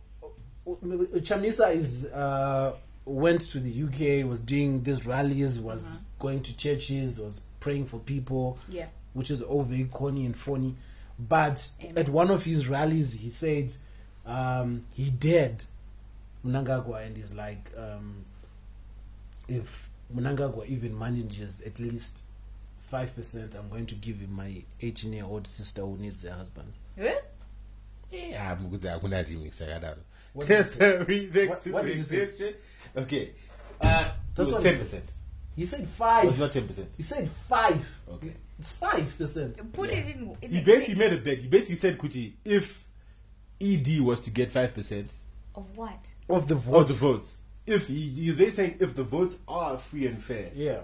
Chamisa is uh, went to the UK, was doing these rallies, was going to churches, was praying for people, Yeah. which is all very corny and funny. But at one of his rallies, he said um, he dared Mnangagwa and is like, um, if Mnangagwa even manages at least five percent, I'm going to give him my 18 year old sister who needs a husband. Huh? Yeah, I'm good. I'm gonna remix. I got What out. did you There's a remix What- to what the did you say? exemption. Okay. Uh, it That's was what ten it is. percent. He said It was five. not ten percent. He said five. Okay. It's five percent. Put it in. in He the- basically made a bet. He basically said, "Kuti, if ED was to get five percent of what? Of the of vote. the votes, if he, he was basically saying if the votes are free and fair, Yeah.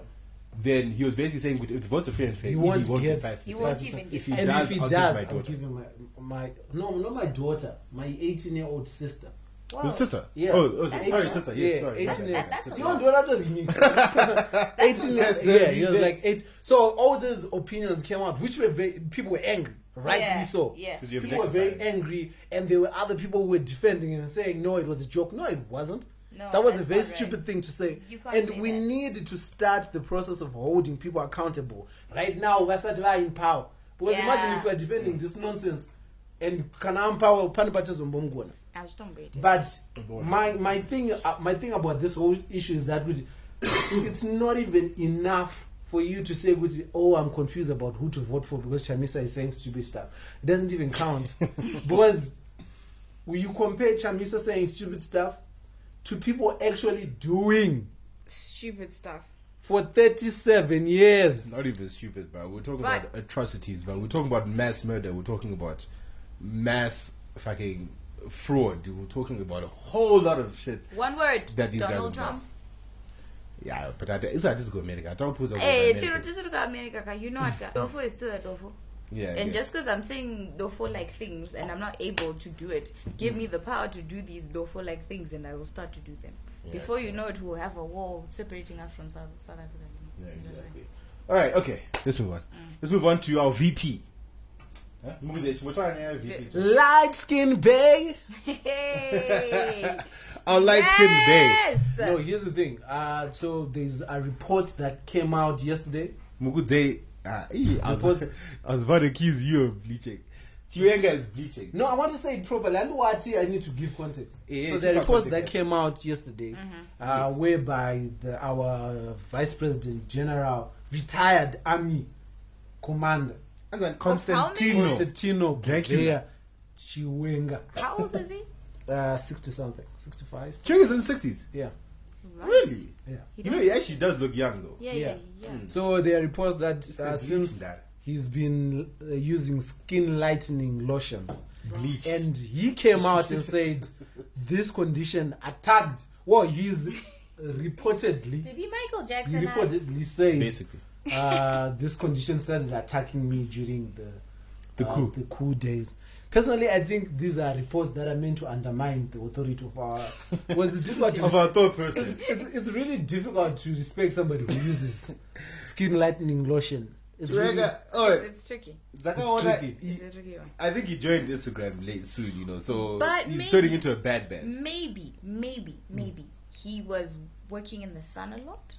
then he was basically saying, "Kuti, if the votes are free and fair, He ED won't won't, get- get five He percent. won't 5%. even give. If he and does, if he I'll give does, my I'll daughter. give him my, my no, not my daughter, my eighteen-year-old sister. Whoa. His sister. Yeah. Oh, oh, sorry, Eighteen- sister. Yes, yeah, sorry. eighteen years. That- that's a You lot. don't have to [laughs] remix. Eighteen years. Yeah, he was like eight. So all these opinions came out, which were very, people were angry, rightly Yeah, so. yeah. 'Cause you People were very angry, and there were other people who were defending him and saying, "No, it was a joke." No, it wasn't. No, that was a that's very not right. stupid thing to say. You can't And say we that. need to start the process of holding people accountable. Right now, we're are in power. Because Yeah. imagine if we're defending this nonsense, and kana power, pani pachizombomugonha Ah, azvitomboite but my my thing uh, my thing about this whole issue is that kuti, [coughs] it's not even enough for you to say kuti, oh i'm confused about who to vote for because chamisa is saying stupid stuff it doesn't even count because will you compare chamisa saying stupid stuff to people actually doing stupid stuff for 37 years Not even stupid, but we're talking But- about atrocities, but we're talking about mass murder, we're talking about mass fucking fraud, we're talking about a whole lot of shit. one word That these guys donald are trump Yeah, but I, it's like just go America. I don't put Eh, chero tisiri kuamerica ka you know what ka dofo is still a dofo Yeah. and yes. just because i'm saying dofo like things and i'm not able to do it give me the power to do these dofo like things and i will start to do them before you know it we'll have a wall separating us from south, south africa Yeah, exactly. All right, okay. Let's Mm. move on. Let's move on to our VP. Huh? Mukuzech, We're trying to have VP. too. light skin bay hey [laughs] Our light skinned bay. yes! no here's the thing uh so there's a report that came out yesterday Mukuzech. Ah, eh, I, was, Because- [laughs] I was about to accuse you of bleaching. Chiwenga is bleaching. No, I want to say it properly. And what I need to give context. Yeah, so yeah, the Eh, give reports context, that yeah. came out yesterday, uh, whereby the, our Vice President General, retired Army Commander As in Tino. Constantino. Constantino Gudea Oh. Dracula. Chiwenga, how old is he uh, sixty something, sixty-five. Chiwenga is in the sixties. Yeah, Right. [laughs] Really? Hmm. yeah. He You know, he actually does look young though. yeah Yeah. yeah yeah So there are reports that the uh, bleach since that- he's been uh, using skin lightening lotions. Bleach. and he came out and said this condition attacked well he's reportedly Did he Michael he Jackson? us? reportedly said Basically. uh, this condition started attacking me during the The uh, coup. the coup days personally i think these are reports that are meant to undermine the authority of our was difficult to [laughs] Of our third person. it's, it's, it's really difficult to respect somebody who uses skin lightening lotion it's really, Chiwenga, oh, it's tricky Zakaona, tricky. he- it's a tricky one I think he joined Instagram late soon, you know, so But he's maybe- turning into a bad man. maybe maybe Hmm. maybe he was working in the sun a lot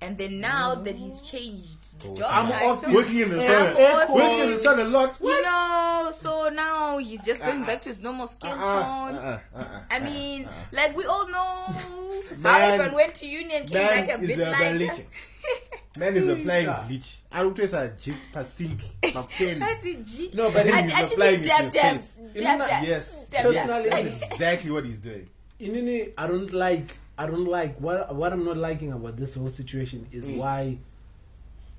and then now that Oh. he's changed job I'm title, off Working in the I'm sun. off Working in the it. sun a lot. you know so now he's just Uh-uh. going back to his normal Uh-uh. skin tone I mean, like we [laughs] all know how Man- everyone went to union came man back a is bit a lighter. violation. [laughs] Man is applying Yeah. bleach. I don't taste a jeep pasink. That's a G. no but then Act- he's Actually, applying it dab, dab, dab, yourself. Imagine- dab. Yes. Dab, Personally, dab. That's exactly what he's doing. inini i don't like i don't like what what i'm not liking about this whole situation is Mm. why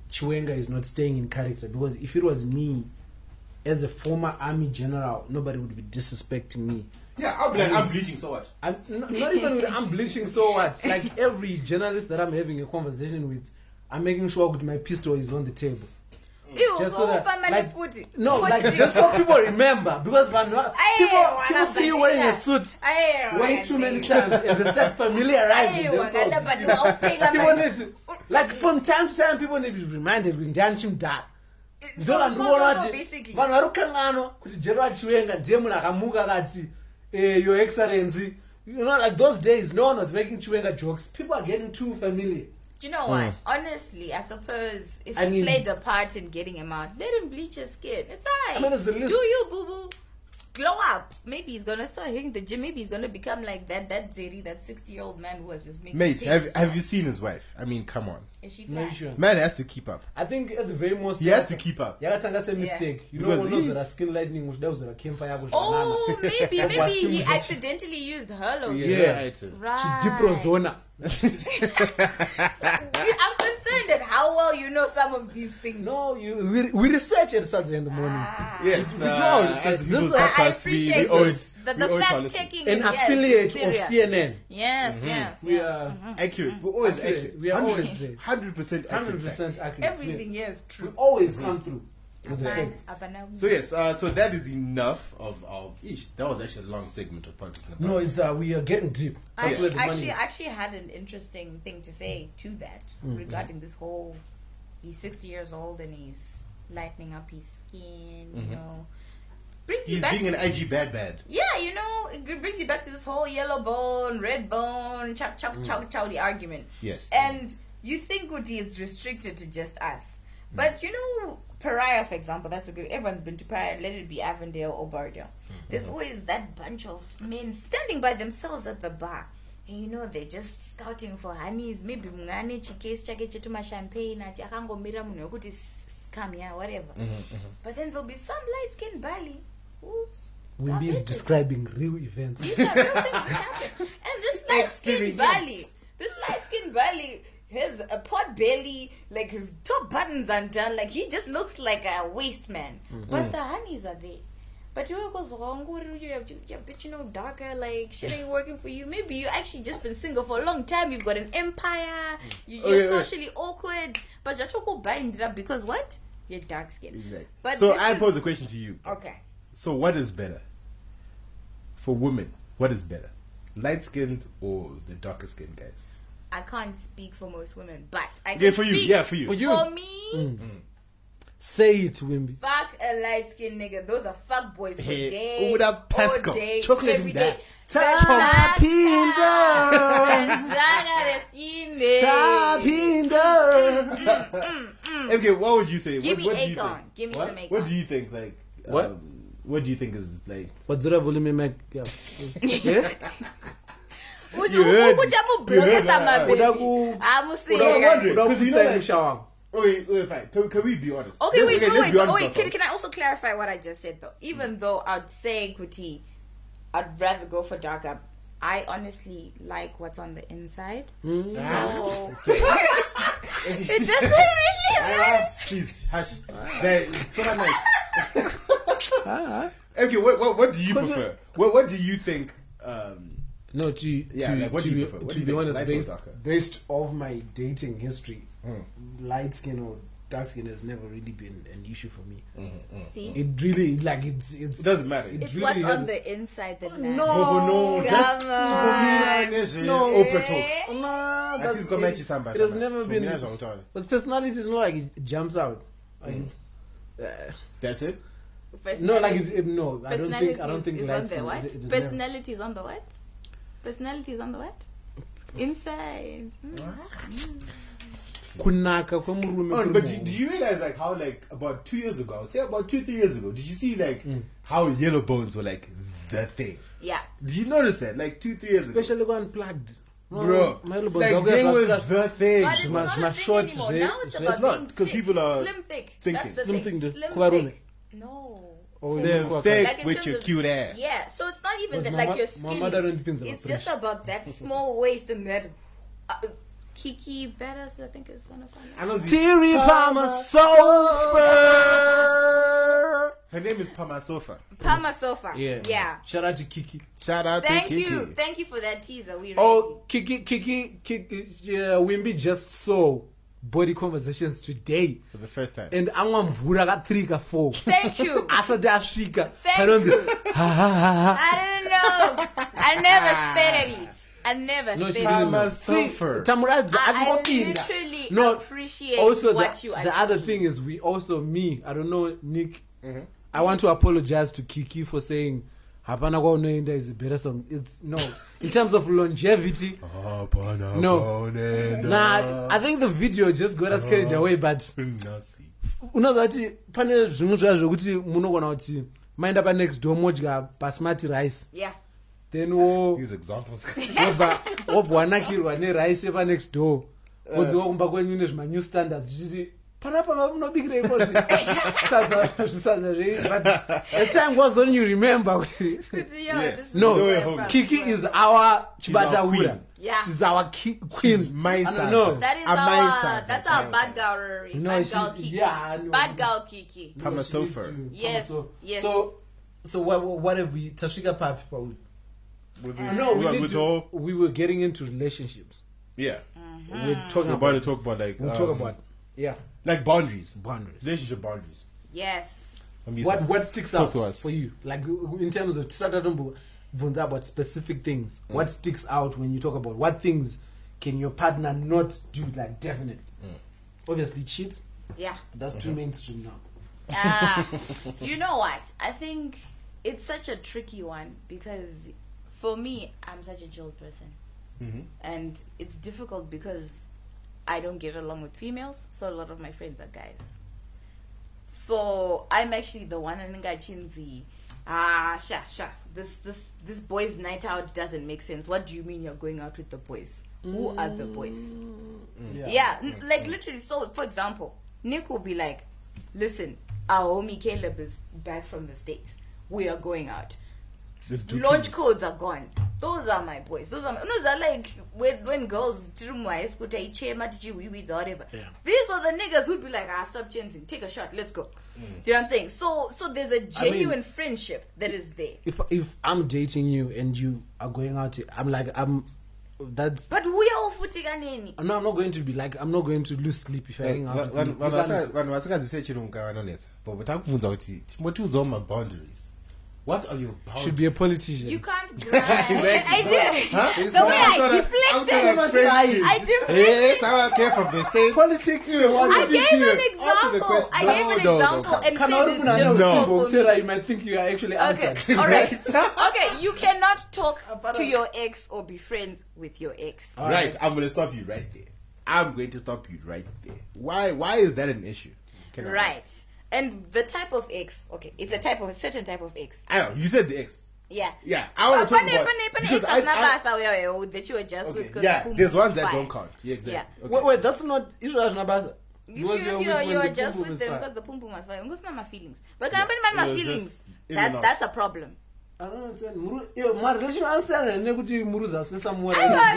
chiwenga is not staying in character because if it was me as a former army general nobody would be disrespecting me Yeah, I'll be like, I'm bleaching, so what? i'm n- not even with i'm bleaching so [laughs] what like every journalist that i'm having a conversation with i'm making sure that my pistol is on the table Ew, oh, Just so that, family like- footy. no What like you just [laughs] do? so people remember because when people, Aye, people see you wearing a wanabadilisha. suit Aye, way too many wanabadilisha. times and they start Aye, familiarizing themselves wangana [laughs] bani waupiga people bani. need to like from time to time people need to be reminded kuti ndani chimudhara So- so- ndolandiona so kuti basically, vanhu vari kukanganwa kuti general chiwenga ndiye munhu akamuka akati eh, your excellency you know like those days no one was making chiwenga jokes people are getting too familiar Do you know what? Honestly, I suppose if Mm. I you mean- played a part in getting him out, let him bleach his skin. It's alright. I mean, it's the least- Do you boo boo? Glow up. Maybe he's gonna start hitting the gym. Maybe he's gonna become like that that Zeri, that sixty year old man who was just making. Mate, things. have, have you seen his wife? I mean, come on. Is she No, flat? sure. Man has to keep up. i think at the very most He has to keep up. yakatanga semistake you know Because he- unozora skin lightning uchida kuzora kemfa yako zvanana [laughs] Oh, maybe maybe Wasim he Zeti. accidentally used her lotion. Yeah. Right. chidiprozona I'm concerned at how well you know some of these things. no you, we, we research at Saturday in the Ah. morning Yes. We do uh, all research. This as people's is- I- I, I podcasts, we- we appreciate owe this. it- the, we the owe it to our fact listeners. an checking. is- yes, affiliate of serious. cnn Yes, Uh-huh. yes, we yes. are Accurate. We're always accurate. Accurate. We are always there. 100% accurate. 100% facts. accurate Everything, yes, We true. always come through. with the Abana- kids. abana- So yes, uh, so that is enough of our. Ish, that was actually a long segment of politics. and No, it's uh, we are getting deep. I That's where actually, the money actually, is. actually had an interesting thing to say to that regarding this whole. He's sixty years old and he's lightening up his skin. You know, brings you He's back. being an to, IG bad bad. yeah, you know, it gr- brings you back to this whole yellow bone, red bone, chow chow chow chow the argument. Yes. And you think Uti it's restricted to just us, but you know, Pariah, for example, that's a good. Everyone's been to Pariah. Let it be Avondale or Bardale. There's always that bunch of men standing by themselves at the bar. And you know they're just scouting for honeys maybe mungani chikesi chake chetumashampagne ati akangomira munhu wekuti s- s- come here whatever Mm. Mm-hmm, but then there'll be some light skin bali who's Wimbi is diabetes. describing real events. These are real things that happen. And this light skinned Experience. Bali, this light skinned Bali has a pot belly, like his top button's undone, like he just looks like a waste man. Mm-hmm. But the honeys are there. But you know what goes wrong? What do you have? Your bitch, you know, darker, like shit ain't working for you. Maybe you actually just been single for a long time. You've got an empire. You, you're Oh, yeah, yeah. socially awkward. But you're talking about binded up because what? You're dark skinned. Exactly. But so this I is- pose a question to you. Okay. So what is better for women? What is better, light skinned or the darker skinned guys? I can't speak for most women, but I can Yeah, for you. speak Yeah, for you. Mm. For you. For me, Say it, Wimbi. fuck a light skinned nigga. Those are fuck boys for Hey, days. Oda Pascal. all day, Chocolate every in that. day. Tapinda. Ndaka lesine. Tapinda. Okay, what would you say? Give what, me what do you Akon. think? Give me what? some Akon. What do you think? Like What? um, what do you think is like? Wadzura volume Mac. [laughs] Yeah. Uju- You heard- ukujamubrokesa you heard that. mababy. Uda ku- Amusiyeka. Uda wondering. Don't Because you say know, like- Mushawang. Wait, wait, fine. Can, can we be honest? Okay, Let's- wait, no, let's be honest wait, oh, wait. ourselves. Can, can I also clarify what I just said though? Even though I'd say Kuti, I'd rather go for dark up. I honestly like what's on the inside. So it doesn't really matter. Ah, Please, hush. There- it's so nice. okay, what, what, what do you prefer? What, what do you think? Um, No, to Yeah, to, like, what to, do you be- prefer? What to do you be think, honest, light or based, darker? Hmm. based off my dating history, light skin or dark skin has never really been an issue for me. Mm. See, It really like it's it's it doesn't matter. it's really what's on hasn't- the inside that matters. no. Oh, no, just Come on. no Oprah Eh? talks. Nah, That is gonna make you sound bad, It has Shana. never For been. me, that's what I'm telling you. But personality is not like it jumps out. Like it's, Mm-hmm. That's it. no, like it's, it, no. I don't Personality think. I don't is- think is light on the skin, what? it- it is never- Personality is on the what? Personality is on the what? Inside. Mm. kunaka kwemurume Oh, kuri but do, muhomwe. do you realize like how like about two years ago, I would say about two three years ago, did you see like how yellow bones were like the thing? Yeah. Did you notice that like two three years ago, especially unplugged bro? Like they were the thing. But it's Smash- not smash a thing shorts, anymore. eh? Now it's It's about not, being 'cause thick. people are slim thick. thinking. That's the Slim thing. thick, dude. Slim Kubarone. thick. No. Oh, The thing Like in with terms your of- cute ass. Yeah, so it's not even Was that, my like mo- your my skin. mother don't depends on It's the just about that small waist and that. Uh, Kiki Bettis, I think, is one of them. I don't see- Terry Uh, Palmer sofa. Her name is Pama Sofa. Palma Sofa. Yeah. Yeah. Shout out to Kiki. Shout out Thank to Kiki. you. Thank you for that teaser. We Oh, Kiki, Kiki, Kiki. Yeah, Wimby just saw body conversations today, For the first time. and angamvura ka three ka [laughs] four. [laughs] Thank you. Asati asvika. Thank Kanonzi. I don't know. I never spit at it. I never No, spit she didn't at it. Palmer know. See, sofa. tamuradza I, I asimbopinda. literally No, appreciate also what the, you are the other doing. thing is we also me i don't know nick i want to apologize to kiki for saying hapana kwaunoenda is a better song it's no in terms of longevity Oh, No. nah i think the video just got us carried away but unoziva kuti pane zvimwe zvaya zvokuti munogona kuti maenda panext door modya basmati rice Yeah. then wo- These [laughs] examples. wobva wobva wanakirwa nerice yepanext door Eh. wodziwa kumba kwenyu nezvimanew standards zvichiti panapa vamunobikiraipo zvisadza zvei but as time goes on you remember kuti Yes. no No way home. kiki is our chibatahura queen. Yeah. she's our ki- queen She's my I don't Santa. know. That is A mind our science, that's I our think. bad girl Rory. No, bad girl she's- Kiki. yeah, I know. Bad girl Kiki. She needs Sofa. to- Pama Yes, Sofa. yes. so so what, what- what have we tasvika papi pauri With- no we, with- need with to, all- we were getting into relationships Yeah. we're talking We're about about to talk about like. we talk um, about yeah Like boundaries. boundaries Relationship boundaries. yes Hamisa, what what sticks talk out to us. for you like in terms of tisata tombo bvunza about specific things Mm. what sticks out when you talk about what things can your partner not do like definitely Mm. obviously cheat yeah that's Mm-hmm. too mainstream now Ah, you know what? I think it's such a tricky one because for me, I'm such a chill person, and it's difficult because I don't get along with females, so a lot of my friends are guys. So I'm actually the one aninga chinzi. Ah, sha sha. This this this boys' night out doesn't make sense. What do you mean you're going out with the boys? Who are the boys? Mm. yeah, n- like literally so for example nick will be like listen our homie caleb is back from the states we are going out Let's do launch things. codes are gone those are my boys those are my, those are like when, when girls through high school take chair matiji wee weeds or whatever Yeah. these are the niggas who'd be like ah stop chanting take a shot let's go do you know what i'm saying so so there's a genuine friendship that is there if if i'm dating you and you are going out i'm like i'm that's but we are all footing nini I'm not, I'm not going to be like I'm not going to lose sleep if I hang out. with you. You vanhu vanhu can't- vasa- vanhu vasikazi sechirunga vanonetsa bobo takubvunza kuti chimboti udzawo maboundaries what are your should be a politician. you can't grind. I did. Huh? The It's way not- I it's not- deflected. it's not friendship. I deflected. Yes, I don't care from the state. politics. I Answer gave an the example. I question. gave an No, no, no. example and Can I said open another it's no. difficult for me. You might think you are actually Okay, answered. [laughs] all right. Okay, you cannot talk Apparently. to your ex or be friends with your ex. Right, I'm going to stop you right there. I'm going to stop you right there. Why? Why is that an issue? Can I Right. ask? And the type of ex, okay, it's a type of a certain type of ex. I don't. know, You said the ex. Yeah. Yeah, I wanna But talk pane- about- pane- pane because exes I- nabasa wewe, oh, that you were just with Okay. 'cause Yeah, boom, there's ones fine. that don't count. Yeah, exactly. Yeah. Okay. Wait, wait, that's not Israel Nabasa. If you, if you, are- you are just with them because the pum pum was fine. Ngosina my feelings. But can I It my was just feelings? in That's and out. that's a problem. I don't understand. Muru, yo, my relation answer and nekuti Muruza aswe somewhere. I don't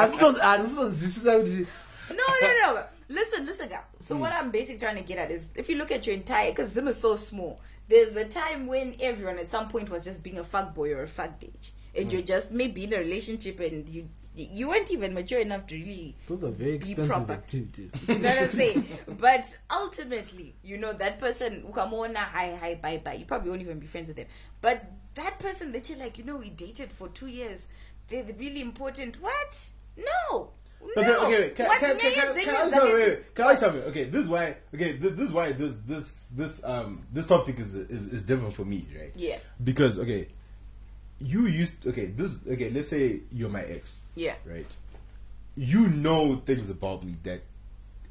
[laughs] Asitonzi, asitonzwisisa kuti no, no, no. Listen, listen, girl. So what I'm basically trying to get at is, if you look at your entire, because Zim is so small, there's a time when everyone at some point was just being a fuck boy or a fuck bitch, and you're just maybe in a relationship and you you weren't even mature enough to really those are very be expensive proper. activities. You know what [laughs] I'm saying? But ultimately, you know, that person, ukamona, hi, hi, bye, bye. You probably won't even be friends with them. But that person that you're like, you know, we dated for two years, they're the really important. What? No. Okay, no. okay, wait. Can, What can, can, nyanyi can, zenyu can I ask zake- something? Wait, wait. Can I ask something? Okay, this is why. Okay, this, this is why this this this um this topic is is, is different for me, right? Yeah. Because okay, you used okay this okay. Let's say you're my ex. Yeah. Right. You know things about me that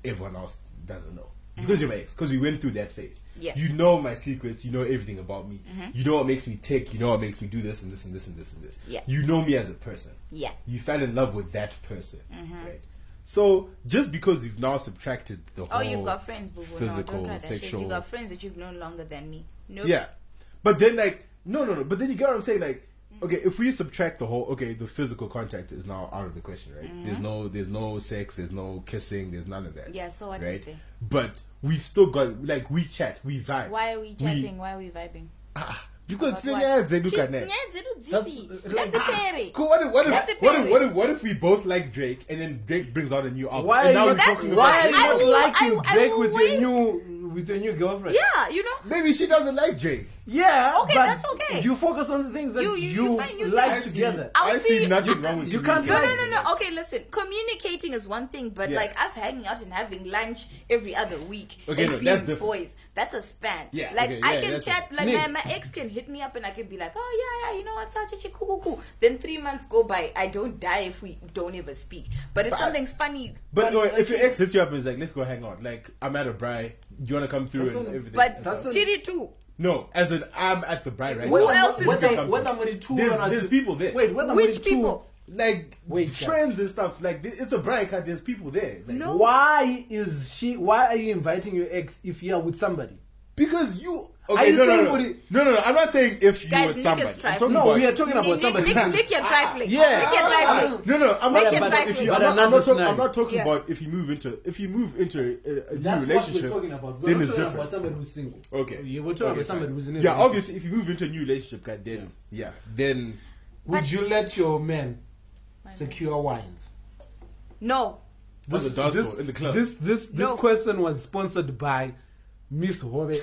everyone else doesn't know because you're my ex. Because we went through that phase. Yeah. Mm-hmm. You know my secrets. You know everything about me. You know what makes me tick. You know what makes me do this and this and this and this and this. Yeah. You know me as a person Yeah. you fell in love with that person, Mm-hmm. right? So just because you've now subtracted the whole, Oh, you've got friends, boo boo. No, don't physical, try that shit. sexual, You got friends that you've known longer than me. No. yeah, but then like no, no, no. But then you get what I'm saying, like. Mm. Okay, if we subtract the whole, okay, the physical contact is now out of the question, right? Mm-hmm. There's no, there's no sex, there's no kissing, there's none of that. Yeah, so what what is is there? But we've still got like we chat, we vibe. Why are we chatting? Why are we vibing? You could About say what? yeah, Zedu Chi- Kane. yeah, Zedu Zizi. That's- That's [laughs] a fairy. Cool, What if what That's a if, what if fairy. what if what if we both like Drake and then Drake brings out a new album? Why and now are you, we're that's talking about why are you I not will- I will- liking I Drake will with your wait. new with your new girlfriend? Yeah, you know? Maybe she doesn't like Drake. Yeah, Okay, but that's okay. You focus on the things that You- you, you- you find new like things. together. I'll I see see- nothing wrong with You can't No, communicating. no, no, no. Okay, listen. Communicating is one thing, but Yeah. like us hanging out and having lunch every other week Okay, and no, being that's different. boys, that's a span. Yeah, Like okay, I yeah, can that's chat. Like different. my, my ex can hit me up and I can be like, oh yeah, yeah, you know what's up, chichi, cool, cool, cool. Then three months go by. I don't die if we don't ever speak. But if But- something's funny, But no, on- if your ex hits you up and is like, let's go hang out. Like, I'm at a bri. You want to come through That's and not- everything. but That's a- Tiri too. no, as in, I'm at the bri right Who now. else is Let's whether, go there? come Whether through. money two There's, or not there's two. people there. Wait, whether Which money people? Like, Wait, guys. friends and stuff. Like, th- it's a bri cut. There's people there. Like, No. Two, why is she? Why are you inviting your ex if you are with somebody? Because you. Are Okay, you no, no, saying no. what no, it- no, no. I'm not saying if you Guys, were Nick is somebody. I'm trifling. talking No, about- we are talking about Nick, Nick, somebody. [laughs] Nick, Nick, you're trifling. Yeah. Nick, you're trifling. No, no, I'm Make not. it But trifling. if you, But I'm, not, I'm, another not talking, I'm scenario. not talking Yeah. about if you move into if you move into a, a new That's relationship. what we're talking about. We're then not it's talking different. about somebody who's single. Okay. Yeah, we're talking Okay, about somebody fine. who's in a Yeah, relationship. obviously, if you move into a new relationship, guy, then yeah, then Would you let your man secure wines? No. On the dance this, floor, in the club. this this this No. question was sponsored by Miss [laughs] Hobe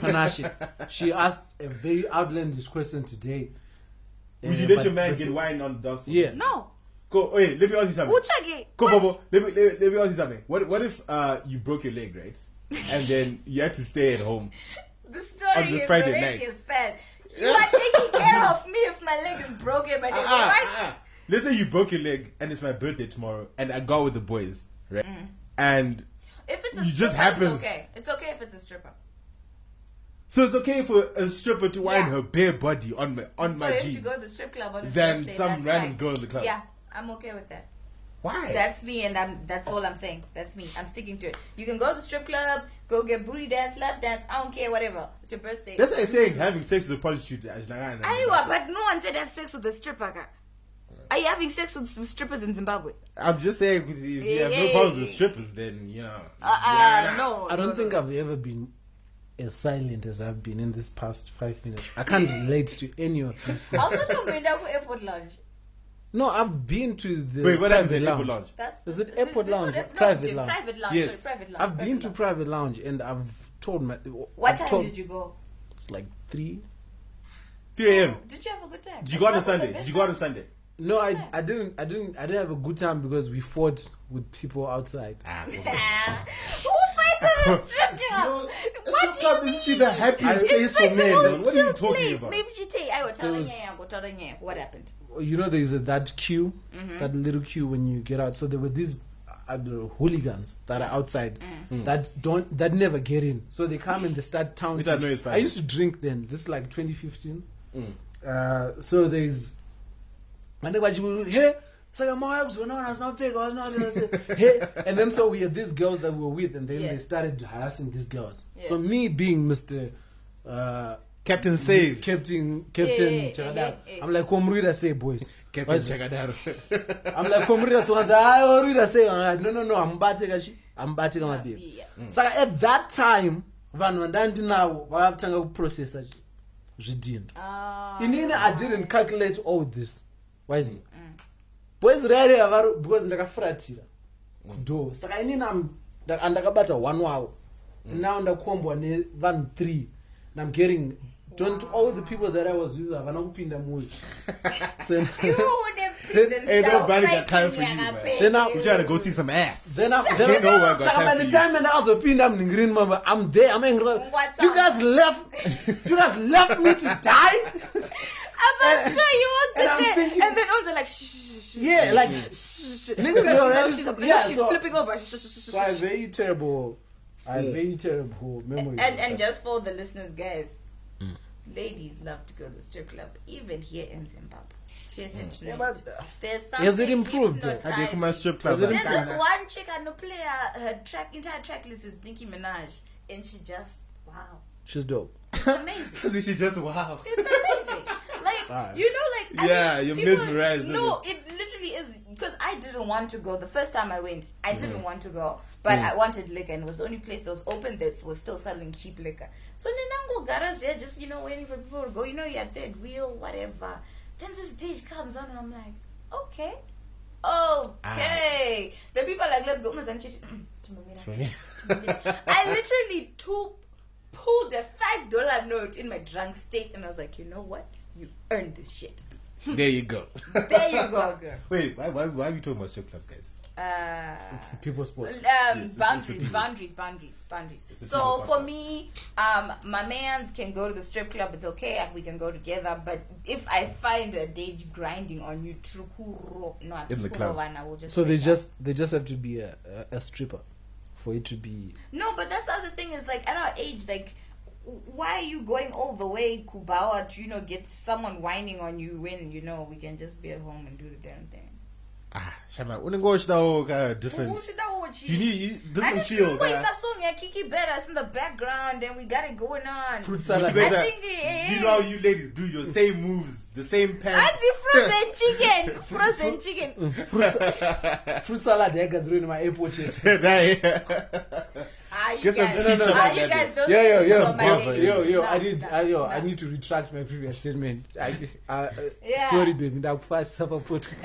Panache. she asked a very outlandish question today. Would you Uh, let but- your man but- get wine on the dance floor? Yeah. No. Go. Oh, hey, let me ask you something. Uchage. Go, what? Bobo. Let me, let, let me ask you something. What what if uh you broke your leg, right? And then you had to stay at [laughs] home. The story On this is Friday already night. spent. You are [laughs] taking care of me if my leg is broken, but if Ah, ah. Let's say you broke your leg and it's my birthday tomorrow, and I go out with the boys, right? Mm. And If it's a It stripper, just happens. it's okay. It's okay if it's a stripper. so it's okay for a stripper to wine Yeah. her bare body on my on For my him to jeans. go to the strip club on his Than birthday, some that's random fine. girl in the club. Yeah, I'm okay with that. Why? That's me, and I'm. That's all I'm saying. That's me. I'm sticking to it. You can go to the strip club, go get booty dance, lap dance. I don't care, whatever. It's your birthday. That's like saying having sex with a prostitute. I was like, ah, nah, Iowa, but no one said have sex with a stripper. guy. Are you having sex with, with strippers in Zimbabwe? I'm just saying, if you Yeah, have yeah, no yeah, problems yeah. with strippers, then you know. Uh, uh, no. I no, don't no. think I've ever been as silent as I've been in this past five minutes. I can't relate to any of these things. Also, no, Mindago Airport Lounge. No, I've been to the Wait, what private happened in lounge. Apple Lounge? That's, Is it is airport it lounge or airport- no, private to lounge? Private lounge. Yes. Sorry, private lounge. I've private been to lounge. private lounge and I've told my. What I've time told, did you go? It's like three. 3 a.m. Did you have a good time? Did you go on a Was that the Sunday? best Did you go on a Sunday? No, I, I didn't I didn't I didn't have a good time because we fought with people outside. [laughs] Ah, [laughs] Ah, Who [laughs] fights in a strip club? What do you mean? Isn't she the happiest place It's for like the men? man? most What are you chill talking place. about? Maybe she take. I will tell her, was- yeah, I will tell her, yeah. What happened? You know, there's a, that queue, Mm-hmm. that little queue when you get out. So there were these uh, the hooligans that are outside Mm. Mm. that don't that never get in. So they come and they start Which taunting. I know is fine. Mm. I used to drink then. This is like 2015. Uh, so there's and everybody would hey Saka moya kuzonana sinopfeka wasinana sese hey and then so we had these girls that we were with and then Yeah. they started harassing these girls. Yeah. So me being Mr. Uh, Captain Save. Captain Yeah, Captain yeah, yeah, Chakadaro. yeah, yeah. I'm like komrida say boys. Captain Wazi- [laughs] Jagadaro. [laughs] I'm like komrida so I orida say I'm like, no no no amubate kachi amubate kamabhebhi. Yeah. Saka Mm. at that time vanhu vandandinavo vakatanga kuprocessa chi- zvidhindwa Ah, inini i didn't calculate all this waizi Mm. boys rairi havari because ndakafuratira Mm. kudhoo saka inini am- nda- andakabata one wavo Mm. now ndakombwa nevanhu three and i'm getting don't all the people that i was with havana kupinda [laughs] muyo then, You the prison Ain't style nobody got fighting time for you, yakape. man. Then I- We trying to go see some ass. then, I- Ain't then no one got saka time by for the you. time ndakazopinda mningirini mama i'm there i'm angry What's you up? guys left you guys left me to die [laughs] I'm sure you won't and I'm get thinking- there. And then also like shh shh shh. shh, yeah like shh, Niggas shh. Because are she's- already- she's, a- yeah, she's so- flipping over. Shh, shh, shh, shh, So I have shh, shh. very terrible, I have very terrible memories. And of and that. just for the listeners, guys, ladies love to go to strip club, even here in Zimbabwe. Chase it to Mm. Yeah, me. but There's Has it something improved though? Have you hypnotizing. come to a strip club? Is it like in- that? There's [laughs] this one chick I know play her, her track entire track list is Nicki Minaj, and she just [laughs] wow, she's dope. it's amazing. She just wow. It's amazing. Like Alright. you know, like Yeah, you're people- mesmerized, isn't No, it literally is because I didn't want to go the first time I went. I didn't want to go, but Mm. I wanted liquor, and it was the only place that was open that was still selling cheap liquor. So Ninango garage there, just you know, waiting for people to go. You know, your third wheel, whatever. Then this dish comes on, and I'm like, okay, okay. The people are like, let's go. Umazanchithi, mm, tumamira. [laughs] I literally two pulled a five dollar note in my drunk state, and I was like, you know what? You earned this shit. There you go. There you go, girl. Wait, why, why, why are we talking about strip clubs, guys? Uh, It's the people sport. um, it's- boundaries, it's- boundaries, boundaries, boundaries. a So people's for podcast. me, um, my man's can go to the strip club. It's okay. like, We can go together. But if I find a day grinding on you, true, no, In the club. One, I will just So they break up. just they just have to be a, a, a stripper for it to be. No, but that's the other thing is like at our age, like why are you going all the way Kubawa to you know get someone whining on you when you know we can just be at home and do the damn thing. Ah, Shama, unengosh dao ka different. uh, You need you, And different uh, it's you feel. always ka. that song yeah, Kiki Beras in the background and we got it going on. Fruit But salad. you guys I are, think it you is. know how you ladies do your same moves, the same I pants. see frozen chicken, frozen chicken. fruit, sa- [laughs] fruit salad egaziro in my airport yet. [laughs] Ah, you Get some guys, picture of ah, you that guys don't Yo say yo this yo for my yo brother, leg. yo yo Nah, I did nah, I, yo I nah. need to retract my previous statement. [laughs] I, I, uh, Yeah. Sorry baby, that five supper [laughs] put. [laughs]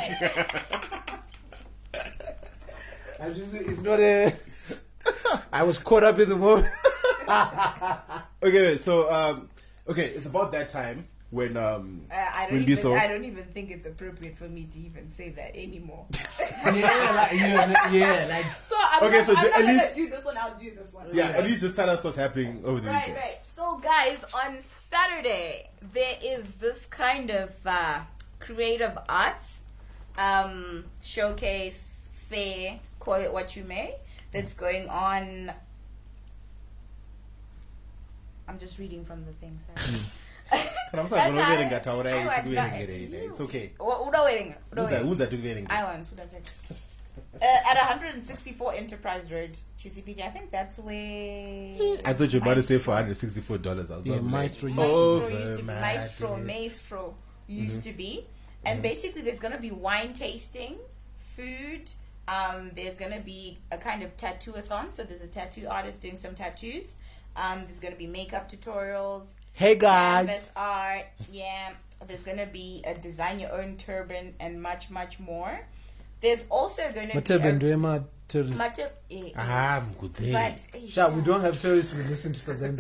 I just it's not a. I was caught up in the moment. okay, so um, okay, it's about that time when um, Uh, I don't when even. Biso, I don't even think it's appropriate for me to even say that anymore. yeah, like, yeah, yeah, like So I'm Okay, not, so I'm ju- not at gonna least- do this one. I'll do this one. yeah, at least just tell us what's happening over the Right, weekend. right. So, guys, on Saturday there is this kind of uh, creative arts um, showcase fair, call it what you may, that's going on. I'm just reading from the thing. Hmm. [laughs] Sorry. Kana musango That's noverengata all right. urai Oh, I want that- tikuverengerei. It's okay. Wa- udawerenga, Unza udawerenga. unza tikuverengerei. I want. That's it. Uh, at 164 Enterprise Road, CCPJ. I think that's where. I thought you were about to say for 164 dollars. I was yeah, like, maestro. Oh, Maestro Over used to be my Maestro, head. Maestro used to be. And basically there's gonna be wine tasting, food, um, there's gonna be a kind of tattoo a thon, so there's a tattoo artist doing some tattoos. Um, there's gonna be makeup tutorials, Hey canvas art, yeah. There's gonna be a design your own turban and much, much more. There's also gonna Matebwe be a, ndema terrorist. much of, eh, eh, Ah, mukudze. but eh, Sha, we don't have terrorists who listen to [laughs] Sazan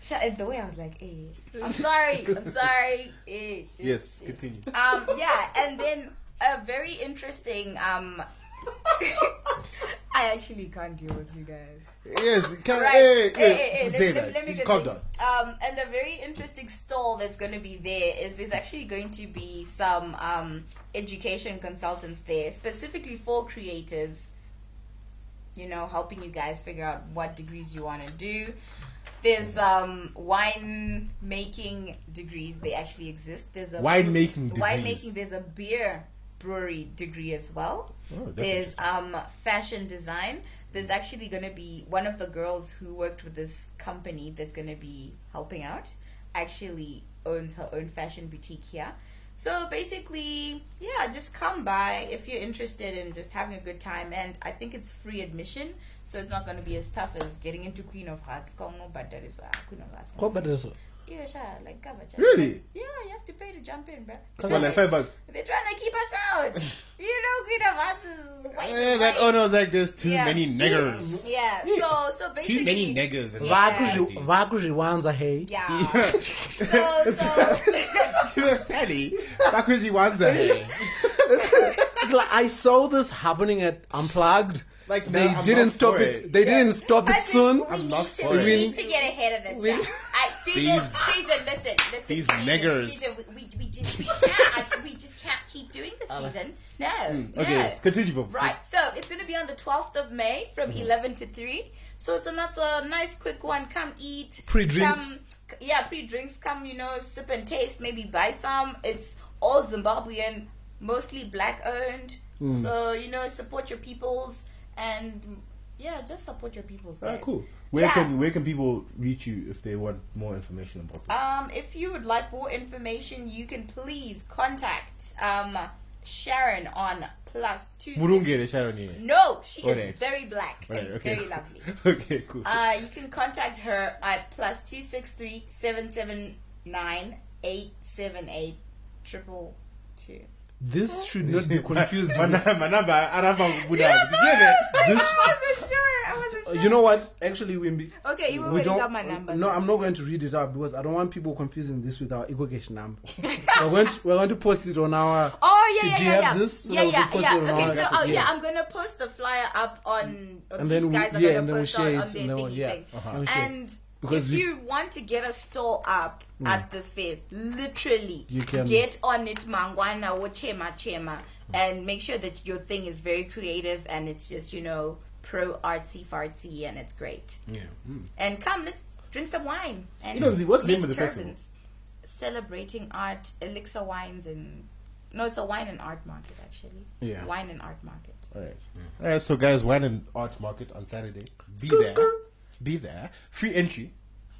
Sha- eh, the way I was like, eh, I'm sorry, [laughs] I'm sorry, eh, eh, Yes, continue. um, yeah, and then a very interesting. Um, [laughs] I actually can't deal with you guys. Yes, can Right. hey, Eh, hey, eh, eh, let- David, let- let me calm continue. down. Um, and a very interesting stall that's going to be there is there's actually going to be some um, education consultants there, specifically for creatives. You know, helping you guys figure out what degrees you want to do. There's um, wine making degrees. They actually exist. There's a Winemaking degrees. winemaking. There's a beer brewery degree as well. Oh, that's there's um, fashion design. There's actually going to be one of the girls who worked with this company that's going to be helping out. Actually owns her own fashion boutique here. So basically, yeah, just come by if you're interested in just having a good time. And I think it's free admission, so it's not going to be as tough as getting into Queen of Hearts. Kongo, but that is uh, Queen of Hearts. Yeah, sha, like, cover, sha. Really? Yeah, you have to pay to jump in, bro. For like five bucks. They're trying to keep us [laughs] out. you know, Queen of Hearts is white. Eh, that owner was like, there's too Yeah. many niggers. Yeah. [laughs] So, so basically, Too many niggers. in Yeah. society. Vakuzviwanza hey. Yeah. so, [laughs] so You are Sally. Bakuji Wanza. It's like I saw this happening at Unplugged. Like, They no, I'm didn't not stop for it. it. They didn't stop I it think soon. we, not need to, for we it. need to get ahead of this. We'll- yeah. I season, These- season. Listen, listen. these season, niggers. Season, we, we, we just we can't. we just can't keep doing this season. No. Hmm, Okay, no. yes, continue, Bob. Right, so it's going to be on the 12th of May from Mm-hmm. 11 to 3. So it's a, that's a nice quick one. Come eat. Pre-drinks. Come, yeah, pre drinks. Come, you know, sip and taste. Maybe buy some. It's all Zimbabwean, mostly black owned. Mm. So, you know, support your peoples and yeah, just support your peoples. Ah, Guys. cool. Where Yeah. can where can people reach you if they want more information about this? Um, if you would like more information, you can please contact um, Sharon on plus two. Murungere Sharon here. No, she Alright. is very black Alright, and Oh, okay. Mm, very lovely. [laughs] Okay, cool. Uh, you can contact her at plus two six three seven seven nine eight seven eight triple two. This should not be [laughs] confused. My with- number, my number, Araba Buddha. Did you hear that? This, [laughs] I wasn't sure. I wasn't sure. you know what? Actually, Wimby. okay, you We already don't. got my numbers. No, I'm not going to read it out because I don't want people confusing this with our EcoCash [laughs] number. we're going to we're going to post it on our. Oh yeah, yeah, Did you yeah, have yeah, this? So yeah, that we yeah, can post yeah. it on Okay, our so graphic, oh yeah. yeah. I'm gonna post the flyer up on. Mm. And on these then we- guys are yeah, gonna and then we post share on, it, on and their then we- thingy yeah, thing. uh-huh. we share it. And Because if we- you want to get a store up at this fair, literally, You can- get on it, mangwana or chema chema, and make sure that your thing is very creative and it's just you know pro artsy fartsy and it's great. Yeah. Hmm. And come, let's drink some wine. And You know, what's the make name of the festival? turbans. Celebrating art, elixir wines and no, it's a wine and art market actually. Yeah. Wine and art market. Alright. Alright, so guys, wine and art market on Saturday. Be Skr, there. skr. Be there. Free entry.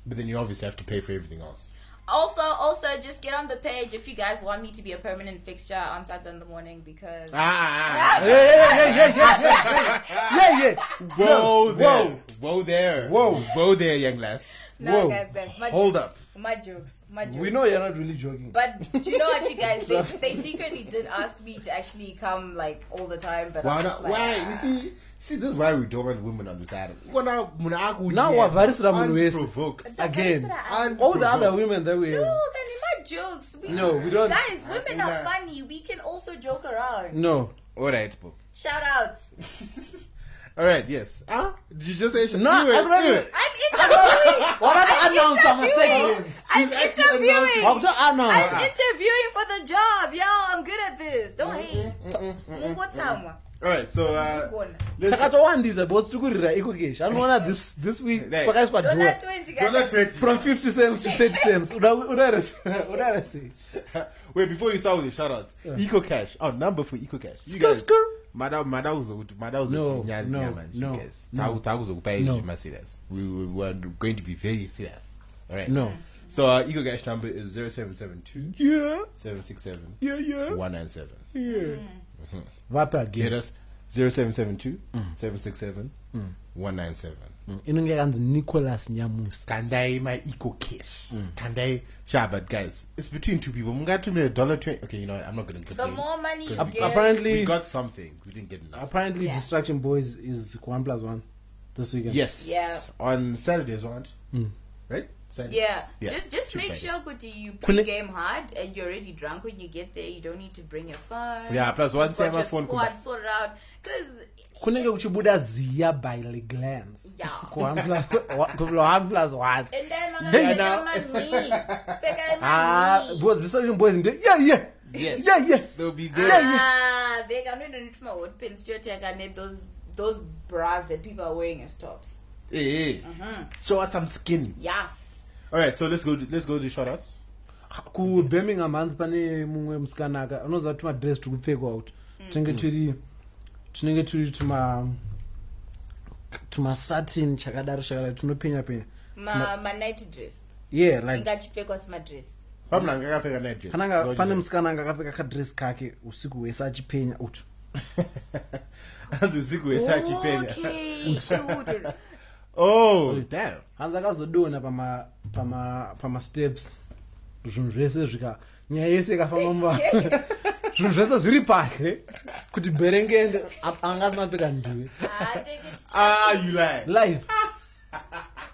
But then you obviously have to pay for everything else. Also, also just get on the page if you guys want me to be a permanent fixture on Saturday in the morning because Ah! Yeah, yeah, yeah, yeah, yeah, yeah, yeah, yeah. Whoa No, there. whoa. Whoa there. Whoa. Whoa there, young lass. no Whoa. guys guys my Hold jokes, up. my jokes my jokes We know you're not really joking. but do you know what you guys [laughs] they, they secretly did ask me to actually come like all the time but Why I'm just not? like, Why? ah. You see, See, this is why we don't want women on the side. Now Now we're very stubborn ways. Unprovoked. Again, And all the other women that we No, have. can not jokes. We, No, we don't- Guys, women I- are funny. We can also joke around. No. All right, Bob. Shout outs. All right, yes. Ah, did you just say sh- No, I'm not- I'm [laughs] interviewing. What I'm have I done some interviewing. mistakes? I'm actually interviewing. I've just announced. Ah, I'm interviewing for the job, yo. I'm good at this. Don't hate. What's up? All right, so uh, Gone. let's takatowandiza because tikurira iko keshe anoona this this week Like, pakaiswa Dollar dro twenty, dollar guys. twenty from 50 cents to 30 cents udaresei Wait, before you start with the shout outs, EcoCash, our number for EcoCash. You Skur, skur. Mada, mada uzokuthi- mada uzokuthi No, nya- no, nya, man, you no, guys. no. Taku- taku uzokupha No. izima serious. We, we, we are going to be very serious. All right. No. So our EcoCash number is 0772 Yeah, 767 yeah, yeah, 197. yeah. vape Get again us 0772 Mm. 767 197. inenge yakanzi nicholas nyamusa Kandai my EcoCash. Mm. Kandai. Sure, but guys, it's between two people. Mungatumile dollar twenty. Okay, you know what? I'm not going to The complain. more money you Ap- get, We apparently got something. We didn't get enough. apparently Yeah. distraction boys is one plus one this weekend Yes. Yeah. On Saturdays, aren't? Hmm. Right? Saturday. Yeah. Yeah, Just just should make say sure kuti you Kune- play game hard and you're already drunk when you get there. You don't need to bring your phone. Yeah, plus one You've got time my your phone squad kumba- sorted out. Cause kunenge kuchibuda ziya by leglans yeah. one plus [laughs] one plus one And then I'm Yeah, gonna now- [laughs] ah money. because distraction boys nde yeah yeah Yes. yeah yeah They'll be there. Ah, they can only need my old pins. Just I can need those those bras that people are wearing as tops. Hey, hey. Uh-huh. Show us some skin. Yes. All right, so let's go. To, let's go to shout outs. kubirmingham hanzi pane mumwe musikana aka anoziva kuti madress tiri kupfekwa kuti tinenge tiri tinenge tiri tuma tumasatin chakadaro chakadaro tinopenya penya My my night dress. yeah like Ingachipekwa my dress. Hmm. Pamela ngakafika Nigeria. pananga What [laughs] pane is it? musikana anga akapfeka kadress kake usiku hwese achipenya utu As we see, we search it, Pele. Oh, Okay. Shoot. Oh, damn. hanzi akazodonha pama pama pamasteps zvinhu zvese zvika nyaya yese ikafamba muva zvinhu zvese zviri pahle kuti bherengende a- anga asina pfeka ndiwe Ah, take it. Ah, you lie. live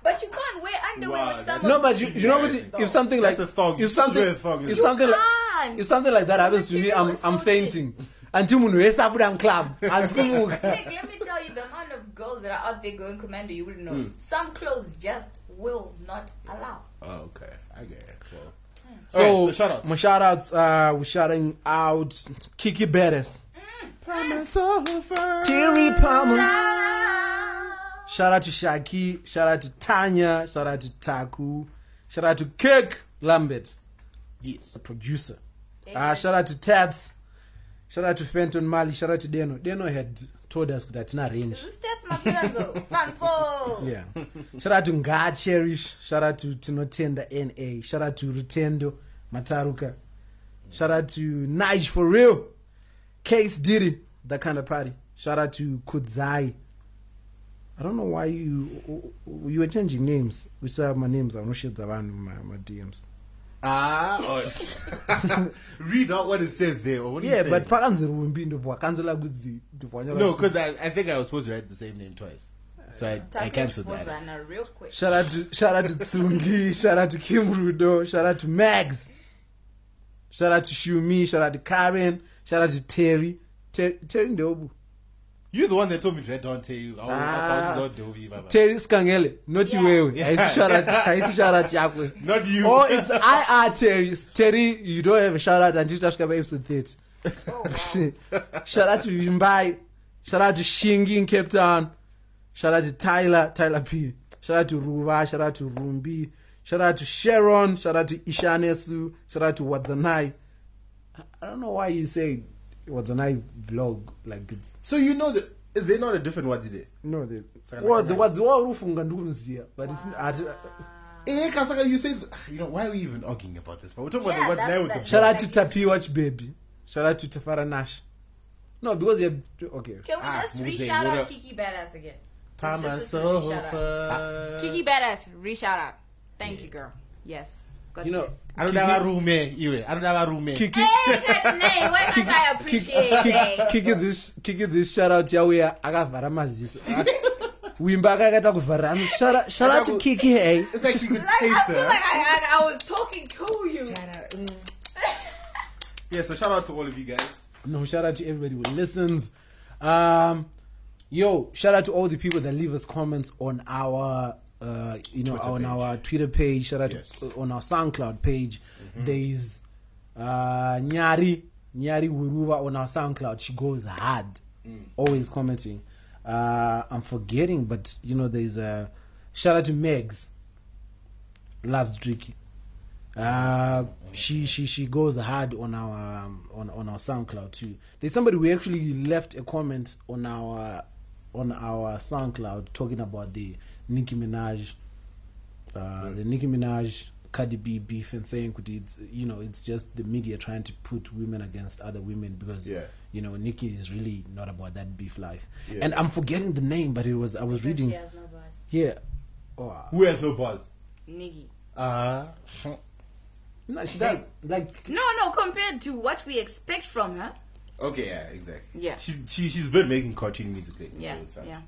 But you can't wear underwear Wow, with that's- someone. no but [laughs] you, you know what if something like That's a thong. if something You're a thong, if isn't it? something like can't. if something like that happens to me Material I'm is I'm so fainting until munhu wese abuda muclub handisi kumuka Nick, let me tell you, the amount of girls that are out there going commando, you wouldn't know. Hmm. Some clothes just will not allow. Oh, okay, I get it. Well. Hmm. All so right, so shout-outs. my shout outs uh we're shouting out Kiki Beres Terry Palmer shout out to Shaki shout out to Tanya shout out to Taku shout out to Kirk Lambert Yes. the producer Thank uh, you. shout out to Tats shout out to Fenton Mali shout out to Deno Deno had told us that atina range This is that's my Piranzo. Fanzo. yeah shout out to nga cherish shout out to tinotenda na shout out to rutendo mataruka shout out to nige for real case diddy that kind of party shout out to kudzai i don't know why you you were changing names usa manames anoshedza vanhu ma- madms Ah. [laughs] oh. [laughs] Read out what it says there. Or what yeah it but pakanzi rumbi ndobva wakanzela kudzi ndobva wanyora no, kudzi. because I, I think I was supposed to write the same name twice, so I, I Tackle cancelled that. Bozana real quick. shout out to shout out to Tsungi, shout out to Kim Rudo, shout out to Mags, shout out to Shumi, shout out to Karen, shout out to Terry, Ter- Terry Ndobu, You're the one that told me to write Dante. Oh, I was, I Ah. was not Dovey, baba. Terry Skangele, not Yeah. you, wewe. haisi shout out, [laughs] haisi shout out yako. Not you. Oh, it's I are Terry. Terry, you don't have a shout out until Tashka by episode 30. Oh, wow. [laughs] shout out to Yumbai, shout out to Shingi in Cape Town, shout out to Tyler, Tyler P, shout out to Ruva, shout out to Rumbi, shout out to Sharon, shout out to Ishanesu, shout out to Wadzanai. I- I don't know why you say Wadzanai vlog like it's So you know the is there not a different word there? no the Saka well like the that. wadziwa urufunga ndikunoziya but it's not Eh, Kasaka, you say th- you know why are we even arguing about this? But we're talking Yeah, about the what's there that's with the- the shout out to Tapi Watch Baby, shout out to Tafara Nash. No, because you have okay. Can we Ah, just Mude, re-shout what out up? Kiki Badass again? By It's just a myself, re-shout out. uh, Kiki Badass, re-shout out. Thank you, girl. Yes. God You know, bless. anoda varume iwe anoda varume Hey, that name, why can't I appreciate it? kiki this kiki this shout out yauya akavhara maziso wimba akakaita kuvhara ano shout out to kiki hey it's like she could Like, I taste feel her like I, I, I was talking to you. [laughs] Yeah, so shout out to all of you guys. No, shout out to everybody who listens. Um, yo, shout out to all the people that leave us comments on our, uh, you know, on our Twitter page. Shout out Yes. to, uh, on our SoundCloud page. There's uh, Nyari Nyari Wuruwa on our SoundCloud. She goes hard, always commenting. Uh, I'm forgetting, but you know, there's a shout out to Megs. Loves Dricky. Uh, she she she goes hard on our um, on on our SoundCloud too. There's somebody who actually left a comment on our on our SoundCloud talking about the Nicki Minaj, uh, the Nicki Minaj Cardi B beef and saying "Kuti, it's you know it's just the media trying to put women against other women because Yeah. you know Nicki is really not about that beef life. Yeah. And I'm forgetting the name, but it was I was reading has no bars. yeah. Oh, Who has no bars? Uh-huh. Niggy. uh, no, she does like No, no, compared to what we expect from her. Okay, yeah, exactly. Yeah. She, she, she's been making cartoon music lately, Yeah, so it's fine. yeah.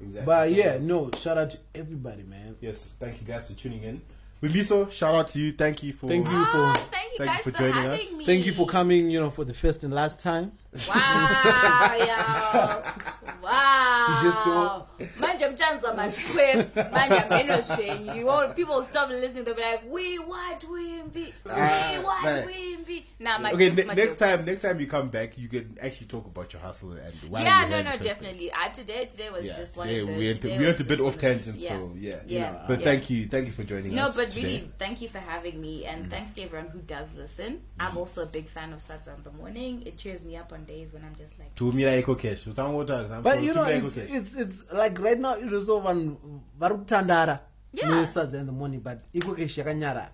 Exactly. But uh, So- yeah, no, shout out to everybody, man. Yes, thank you guys for tuning in. Remiso, shout out to you. Thank you for. Thank you. Oh, for- thank thank you you guys for for, joining having us. me. Thank you for coming, you know, for the first and last time. Wow, yo. Wow. You just don't- Manje mchanza maquest. Manje ameno shenyu. You all people stop listening. They'll be like, we what wimbi. We Ah, what man. wimbi. Nah, my Okay, jokes, ne- my next jokes. time, next time you come back, you can actually talk about your hustle and why. yeah, you're no, there in no, the first definitely. Uh, today, today was Place. Yeah, just today one. of we those- went, we today was went a bit just off one of- tangent, yeah. so yeah. Yeah. you know, but yeah. thank you, thank you for joining No, us. but today. Mm. really, thank you for having me, and thanks to everyone who does listen. I'm also a big fan of Sucks on the Morning. It cheers me up on days when I'm just like, To me, like okay, so some waters, I'm But sorry, you to know, me, like, it's, okay. it's it's like right now it was over on Varukutandara. Yeah. in the morning, but Ikokesh Yakanyara.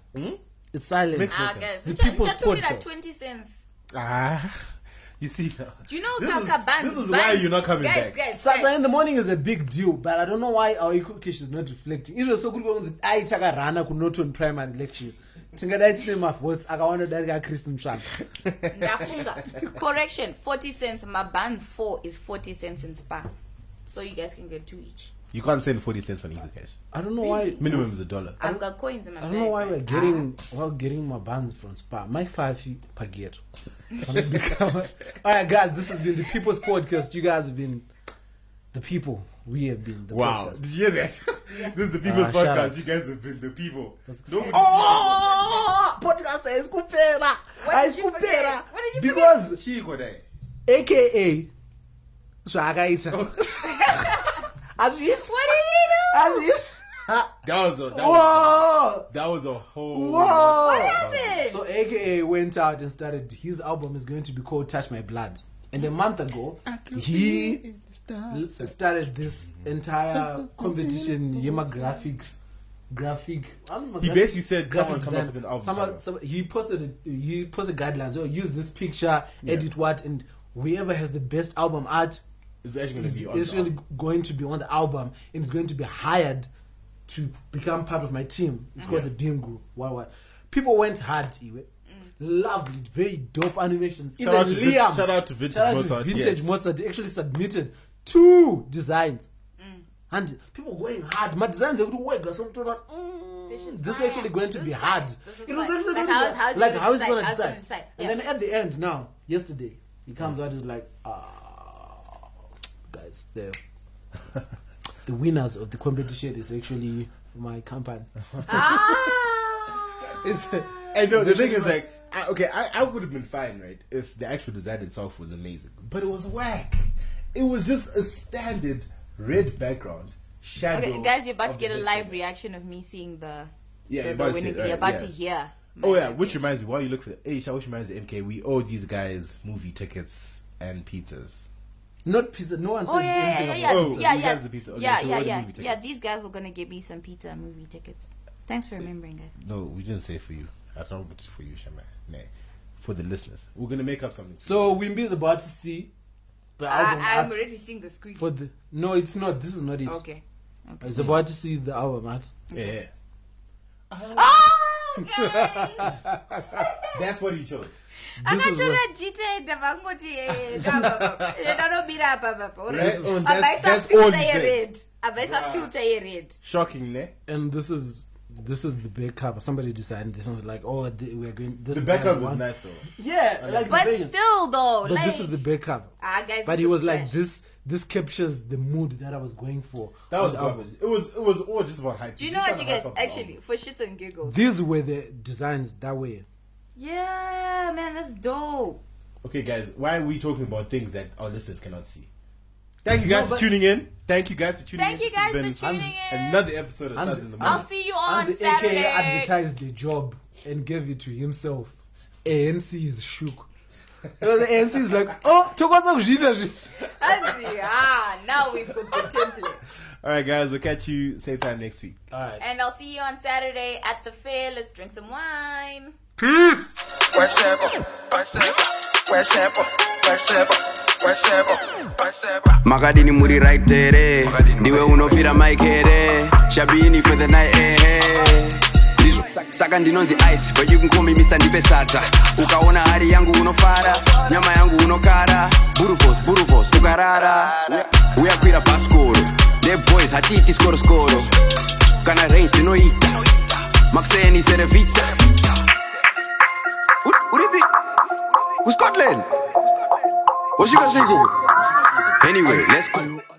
It's silent. Hmm? Makes no ah, sense. guys, The it just- it People's just took me like Podcast. 20 cents. ah, [laughs] you see now. Do you know This is- Kaka Buns? this is why Buns- you're not coming guys, back. Guys, guys, Sasa Ah, in the morning is a big deal, but I don't know why our Ikokesh is not reflecting. It was so good when I takarana ku Norton primary election. Tingadai tine mavhotes akawana kudarika Kristen Trump. [laughs] Ndafunga. Correction, 40 cents. My band's four is 40 cents in Spa. So you guys can get two each. You can't send forty cents on Eco Cash. I don't know why Minimum is a dollar. I've got coins in my I bag. don't know why we're man. getting well getting my buns from Spa. My five pagetto. [laughs] All right, guys, this has been the People's Podcast. You guys have been the people. We have been the Wow, podcast. did you hear that? [laughs] this is the people's Ah, shout podcast. out. You guys have been the people. No, Oh, podcast is kupera. What I did you forget? What did you because she got that. AKA [laughs] zvakaita. Azvisi. What did you do? [laughs] Azvisi. That was a that was, Whoa. that was a whole. Whoa. What [laughs] happened? So AKA went out and started his album is going to be called Touch My Blood. And a month ago, he l- started this entire competition, Yema Graphics. Graphic. He basically said someone come up with an album cover. he posted a, he posted guidelines. Oh, use this picture, edit what, and whoever has the best album art It's actually going to is, be on. is the really album. going to be on the album and is going to be hired to become part of my team. It's called the Beam Group. Why, why? People went hard, Iwe. Lovely, very dope animations. Mm. Shout out Even to Vin- Liam. shout out to Vintage shout out to Mozart, Vintage yes. Mozart. He actually submitted two designs. Mm. And people going hard. My designs are going to work. So I'm told, mm, This this is is fire. actually going to This be is hard. fire. This is It was fire. actually going Like, to how be- is- how is he like, gonna how is he decide? going to How is he decide? gonna decide? And Yeah. then at the end, now, yesterday, he comes out, he's like, ah, guys, the [laughs] the winners of the competition is actually my company. Ah. It's, [laughs] and no, the It's thing actually is my- like, I, okay, I, I would have been fine, right, if the actual design itself was amazing, but it was whack. It was just a standard red background shadow. Okay, guys, you're about to of the get a background. live reaction of me seeing the. Yeah, you're the, the about to see winning. it, right, You're about yeah. to hear. my Oh yeah, live which reaction. reminds me, while you look for the Aisha, which reminds me, MK, we owe these guys movie tickets and pizzas. Not pizza. No one says Oh yeah, anything yeah, yeah, about yeah, Oh, yeah, you yeah, guys the pizza. Okay, yeah, so yeah, what are the yeah, movie yeah. tickets? These guys were gonna give me some pizza and movie tickets. Thanks for remembering, guys. No, we didn't say for you. I thought it was for you, Shama. Nah, for the listeners, we're gonna make up something. So Wimby is about to see the album art already seeing the squeak. for the. No, it's not. This is not it. Okay. It's about to see the album art. yeah. Ah! [laughs] guy. That's what you chose. Akatora jita enda vangoti eh, kapa, eh, nanobira apa papa. That's- that's- that's Abvaisa all filter you get. yered. Abvaisa filter yered. Shocking, ne? and this is this is the back cover. Somebody decided this one's like, oh, the, we're going. This The backup band was won. nice though. Yeah, like But the Vegas. still though, but like this is the back cover. ah guys. But this he is was like, trash. this this captures the mood that I was going for. That was With our- garbage. It was it was all just about hype. Do you know what you guys actually for shits and giggles? These were the designs that were. Yeah, man, that's dope. Okay, guys, why are we talking about things that our listeners cannot see? Thank you guys No, for but- tuning in. Thank you guys for tuning Thank in. you This has guys for been tuning Hans- in. Another episode of Hans- Suds in the I'll Morning. see you all on Anzi, AKA Saturday. advertised the job and gave it to himself. ANC is shook. You know, the ANC is like, oh, Tokoza Ujida is-" Anzi, ah, now we've got the template. All right, guys, we'll catch you same time next week. And I'll see you on Saturday at the fair. Let's drink some wine. makadini muri right here ndiwe unofira mike here shabini for the night here Ndizvo- sa- saka ndinonzi ice but you can call me mr ndipe sata ukaona hari yangu unofara nyama yangu unokara buruvos buruvos ukarara Uya- uyakwira bhasikoro neboys hatiiti skoroskoro kana range ndinoita makuseni serevita Uri- uripi kuscotland wasvika seikoko anyway let's go